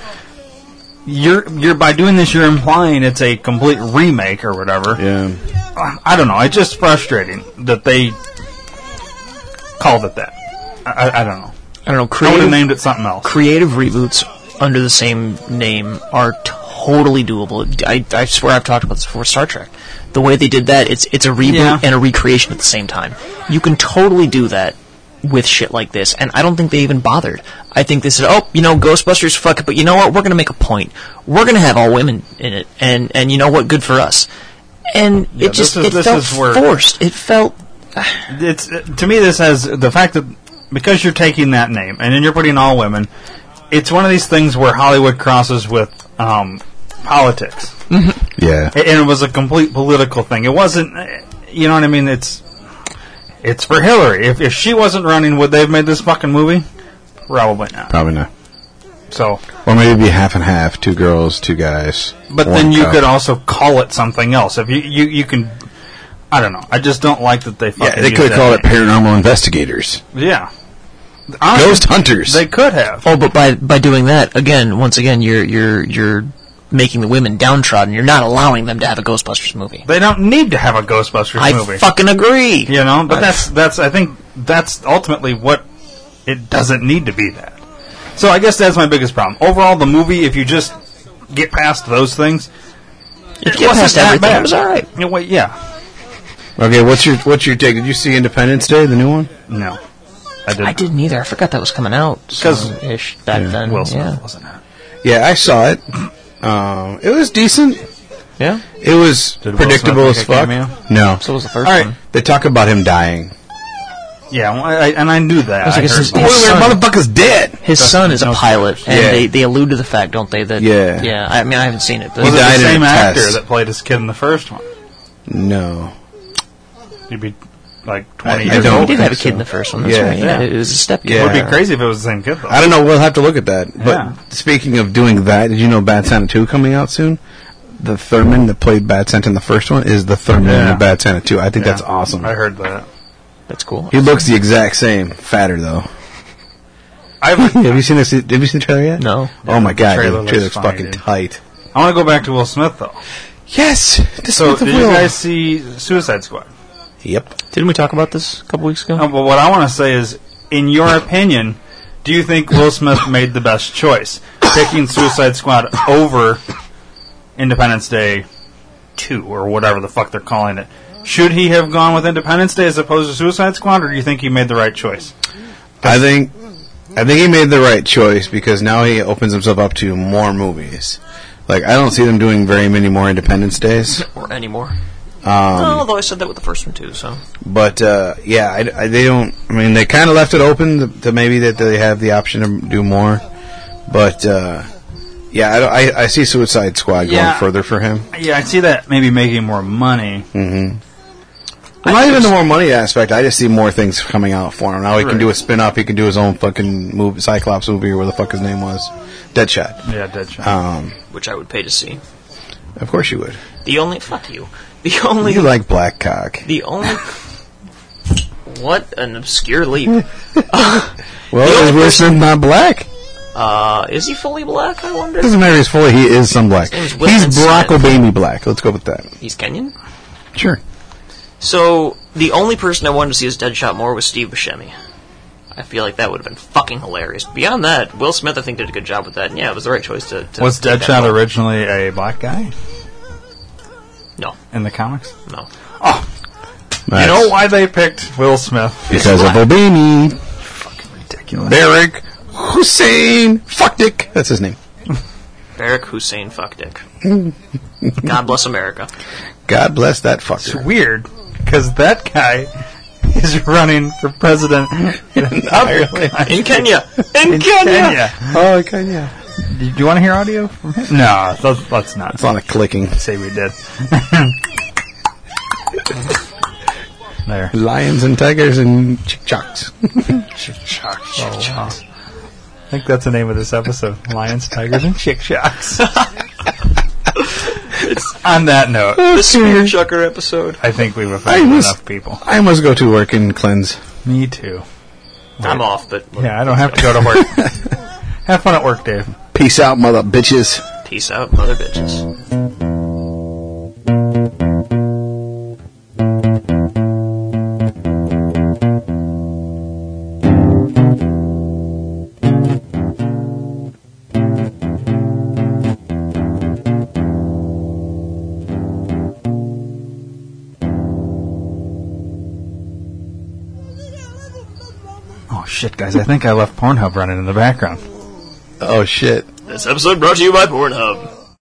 [SPEAKER 1] you're you're by doing this, you're implying it's a complete remake or whatever.
[SPEAKER 3] Yeah.
[SPEAKER 1] Uh, I don't know. It's just frustrating that they called it that. I, I, I don't know.
[SPEAKER 2] I don't know.
[SPEAKER 1] I would
[SPEAKER 2] Creative
[SPEAKER 1] have named it something else.
[SPEAKER 2] creative reboots under the same name are totally doable. I, I swear I've talked about this before. Star Trek, the way they did that, it's it's a reboot
[SPEAKER 1] Yeah.
[SPEAKER 2] and a recreation at the same time. You can totally do that with shit like this, and I don't think they even bothered. I think they said, "Oh, you know, Ghostbusters, fuck it," but you know what? We're gonna make a point. We're gonna have all women in it, and and you know what? Good for us. And
[SPEAKER 1] Yeah,
[SPEAKER 2] it just
[SPEAKER 1] this is-
[SPEAKER 2] it
[SPEAKER 1] this
[SPEAKER 2] felt
[SPEAKER 1] is where-
[SPEAKER 2] forced. It felt
[SPEAKER 1] it's to me this has the fact that because you're taking that name and then you're putting all women it's one of these things where hollywood crosses with um, politics
[SPEAKER 3] Yeah.
[SPEAKER 1] A- and it was a complete political thing it wasn't eh, you know what i mean it's it's for hillary if, if she wasn't running would they have made this fucking movie probably not
[SPEAKER 3] Probably not.
[SPEAKER 1] so
[SPEAKER 3] Or maybe it'd be half and half, two girls, two guys.
[SPEAKER 1] but
[SPEAKER 3] one
[SPEAKER 1] then you
[SPEAKER 3] cup.
[SPEAKER 1] could also call it something else if you you, you can i don't know i just don't like that they fucking
[SPEAKER 3] Yeah, they
[SPEAKER 1] used
[SPEAKER 3] could
[SPEAKER 1] that
[SPEAKER 3] have called it
[SPEAKER 1] name.
[SPEAKER 3] paranormal investigators,
[SPEAKER 1] yeah Honestly,
[SPEAKER 3] ghost hunters.
[SPEAKER 1] they could have
[SPEAKER 2] Oh, but by by doing that again, once again, you're you're you're making the women downtrodden. You're not allowing them to have a Ghostbusters movie.
[SPEAKER 1] They don't need to have a Ghostbusters
[SPEAKER 2] I
[SPEAKER 1] movie.
[SPEAKER 2] fucking agree.
[SPEAKER 1] you know, but that's that's I think that's ultimately what it doesn't need to be that. So I guess that's my biggest problem. Overall the movie if you just get past those things
[SPEAKER 2] It,
[SPEAKER 1] wasn't
[SPEAKER 2] wasn't
[SPEAKER 1] that
[SPEAKER 2] everything.
[SPEAKER 1] bad.
[SPEAKER 2] It was all right.
[SPEAKER 1] Yeah, wait, yeah.
[SPEAKER 3] okay, what's your what's your take? Did you see Independence Day, the new one?
[SPEAKER 1] No. I didn't.
[SPEAKER 2] I didn't either. I forgot that was coming out.
[SPEAKER 1] 'Cause-
[SPEAKER 2] so ish back then.
[SPEAKER 1] Wilson
[SPEAKER 2] Yeah.
[SPEAKER 1] wasn't it?
[SPEAKER 3] Yeah, I saw it. Um, it was decent.
[SPEAKER 2] Yeah.
[SPEAKER 3] It was
[SPEAKER 1] Did Will
[SPEAKER 3] predictable
[SPEAKER 1] Smith
[SPEAKER 3] as
[SPEAKER 1] make a
[SPEAKER 3] fuck.
[SPEAKER 1] cameo?
[SPEAKER 3] No.
[SPEAKER 2] So was the first
[SPEAKER 3] All right,
[SPEAKER 2] one.
[SPEAKER 3] they talk about him dying.
[SPEAKER 1] Yeah, well, I, I, and I knew that.
[SPEAKER 2] I was like,
[SPEAKER 1] I
[SPEAKER 2] it's
[SPEAKER 1] heard
[SPEAKER 2] just-
[SPEAKER 1] that.
[SPEAKER 2] His
[SPEAKER 3] Spoiler,
[SPEAKER 2] son.
[SPEAKER 3] motherfucker's dead.
[SPEAKER 2] His son is a
[SPEAKER 1] no-
[SPEAKER 2] pilot, and
[SPEAKER 3] Yeah.
[SPEAKER 2] they, they allude to the fact, don't they? That
[SPEAKER 3] Yeah.
[SPEAKER 2] yeah. I mean, I haven't seen it. But
[SPEAKER 3] He
[SPEAKER 1] was it
[SPEAKER 3] died
[SPEAKER 1] the
[SPEAKER 3] in a
[SPEAKER 1] same actor
[SPEAKER 3] test.
[SPEAKER 1] that played his kid in the first one?
[SPEAKER 3] No.
[SPEAKER 1] He'd be like 20
[SPEAKER 3] I- I
[SPEAKER 1] years
[SPEAKER 3] don't
[SPEAKER 2] he
[SPEAKER 1] old.
[SPEAKER 2] did
[SPEAKER 3] think
[SPEAKER 2] have a kid
[SPEAKER 3] so.
[SPEAKER 2] in the first one. That's
[SPEAKER 3] Yeah.
[SPEAKER 2] right. Yeah.
[SPEAKER 1] Yeah.
[SPEAKER 2] It was a step.
[SPEAKER 3] Yeah.
[SPEAKER 1] It would be crazy if it was the same kid though.
[SPEAKER 3] I don't know. We'll have to look at that. But
[SPEAKER 1] Yeah.
[SPEAKER 3] speaking of doing that, did you know Bad Santa 2 coming out soon? The Thurman that played Bad Santa in the first one is the Thurman in
[SPEAKER 1] Yeah.
[SPEAKER 3] the Bad Santa 2. I think
[SPEAKER 1] Yeah,
[SPEAKER 3] that's awesome.
[SPEAKER 1] I heard that.
[SPEAKER 2] That's cool.
[SPEAKER 3] He looks the exact same, fatter though.
[SPEAKER 1] I would
[SPEAKER 3] have you seen this? Have you seen the trailer yet?
[SPEAKER 2] No.
[SPEAKER 3] Oh my god,
[SPEAKER 1] trailer
[SPEAKER 3] dude, the trailer's
[SPEAKER 1] looks funny,
[SPEAKER 3] fucking
[SPEAKER 1] dude.
[SPEAKER 3] tight.
[SPEAKER 1] I want to go back to Will Smith though.
[SPEAKER 3] Yes. The
[SPEAKER 1] So
[SPEAKER 3] Smith of
[SPEAKER 1] did you
[SPEAKER 3] Will.
[SPEAKER 1] guys see Suicide Squad?
[SPEAKER 3] Yep.
[SPEAKER 2] Didn't we talk about this a couple weeks ago?
[SPEAKER 1] No, Uh, but what I want to say is, in your opinion, do you think Will Smith made the best choice picking Suicide Squad over Independence Day two or whatever the fuck they're calling it? Should he have gone with Independence Day as opposed to Suicide Squad, or do you think he made the right choice?
[SPEAKER 3] I think I think he made the right choice because now he opens himself up to more movies. Like I don't see them doing very many more Independence Days.
[SPEAKER 2] Or anymore? Well, although I said that with the first one too, so
[SPEAKER 3] But uh, yeah, I, I- they don't. I mean, they kind of left it open to, to maybe that they have the option to do more. But uh, yeah, I, don't- I, I see Suicide Squad
[SPEAKER 1] Yeah.
[SPEAKER 3] going further for him.
[SPEAKER 1] Yeah, I see that maybe making more money.
[SPEAKER 3] Well, not even the more money aspect. I just see more things coming out for him. Now he can
[SPEAKER 1] Right.
[SPEAKER 3] do a spin off. He can do his own fucking movie, Cyclops movie, or where the fuck his name was, Deadshot.
[SPEAKER 1] Yeah, Deadshot.
[SPEAKER 3] Um,
[SPEAKER 2] which I would pay to see.
[SPEAKER 3] of course you would.
[SPEAKER 2] The only fuck you. The only
[SPEAKER 3] You like Black Cock.
[SPEAKER 2] the only what an obscure leap.
[SPEAKER 3] Well, is
[SPEAKER 2] only
[SPEAKER 3] Will Smith not black?
[SPEAKER 2] Uh, is he fully black? I wonder.
[SPEAKER 3] Doesn't matter. He's fully. He is some black.
[SPEAKER 2] name's
[SPEAKER 3] He's
[SPEAKER 2] Will Smith.
[SPEAKER 3] Barack Obama black. Let's go with that.
[SPEAKER 2] He's Kenyan.
[SPEAKER 3] Sure.
[SPEAKER 2] So the only person I wanted to see as Deadshot more was Steve Buscemi. I feel like that would have been fucking hilarious. Beyond that, Will Smith I think did a good job with that, and yeah, it was the right choice to. to
[SPEAKER 1] Was
[SPEAKER 2] take that
[SPEAKER 1] Deadshot
[SPEAKER 2] role.
[SPEAKER 1] originally a black guy
[SPEAKER 2] No,
[SPEAKER 1] in the comics?
[SPEAKER 2] no.
[SPEAKER 1] You know why they picked Will Smith?
[SPEAKER 3] Because of Obama.
[SPEAKER 1] Ridiculous.
[SPEAKER 3] Barack Hussein. Fuck Dick. That's his name.
[SPEAKER 2] Barack Hussein, fuck dick. God bless America.
[SPEAKER 3] God bless that fucker.
[SPEAKER 1] It's weird because that guy is running for president in another country.
[SPEAKER 2] In Kenya, in, Kenya.
[SPEAKER 1] Kenya.
[SPEAKER 3] Oh, okay, yeah.
[SPEAKER 1] Do you want to hear audio from him? No, let's, let's not
[SPEAKER 3] It's on a clicking.
[SPEAKER 1] say we did. there.
[SPEAKER 3] Lions and tigers and chick chocks.
[SPEAKER 1] Wow. I think that's the name of this episode: Lions, Tigers, and Chick Shocks. on that note,
[SPEAKER 2] The Spear Chucker episode.
[SPEAKER 1] I think we've
[SPEAKER 3] I
[SPEAKER 1] offended
[SPEAKER 3] was-
[SPEAKER 1] enough people.
[SPEAKER 3] I must go to work and cleanse.
[SPEAKER 1] Me too.
[SPEAKER 2] I'm off, but
[SPEAKER 1] Yeah, I don't have to go to work. have fun at work, Dave.
[SPEAKER 3] Peace out, mother bitches.
[SPEAKER 2] peace out, mother bitches.
[SPEAKER 1] Oh shit, guys! I think I left Pornhub running in the background.
[SPEAKER 3] Oh, shit.
[SPEAKER 2] This episode brought to you by Pornhub.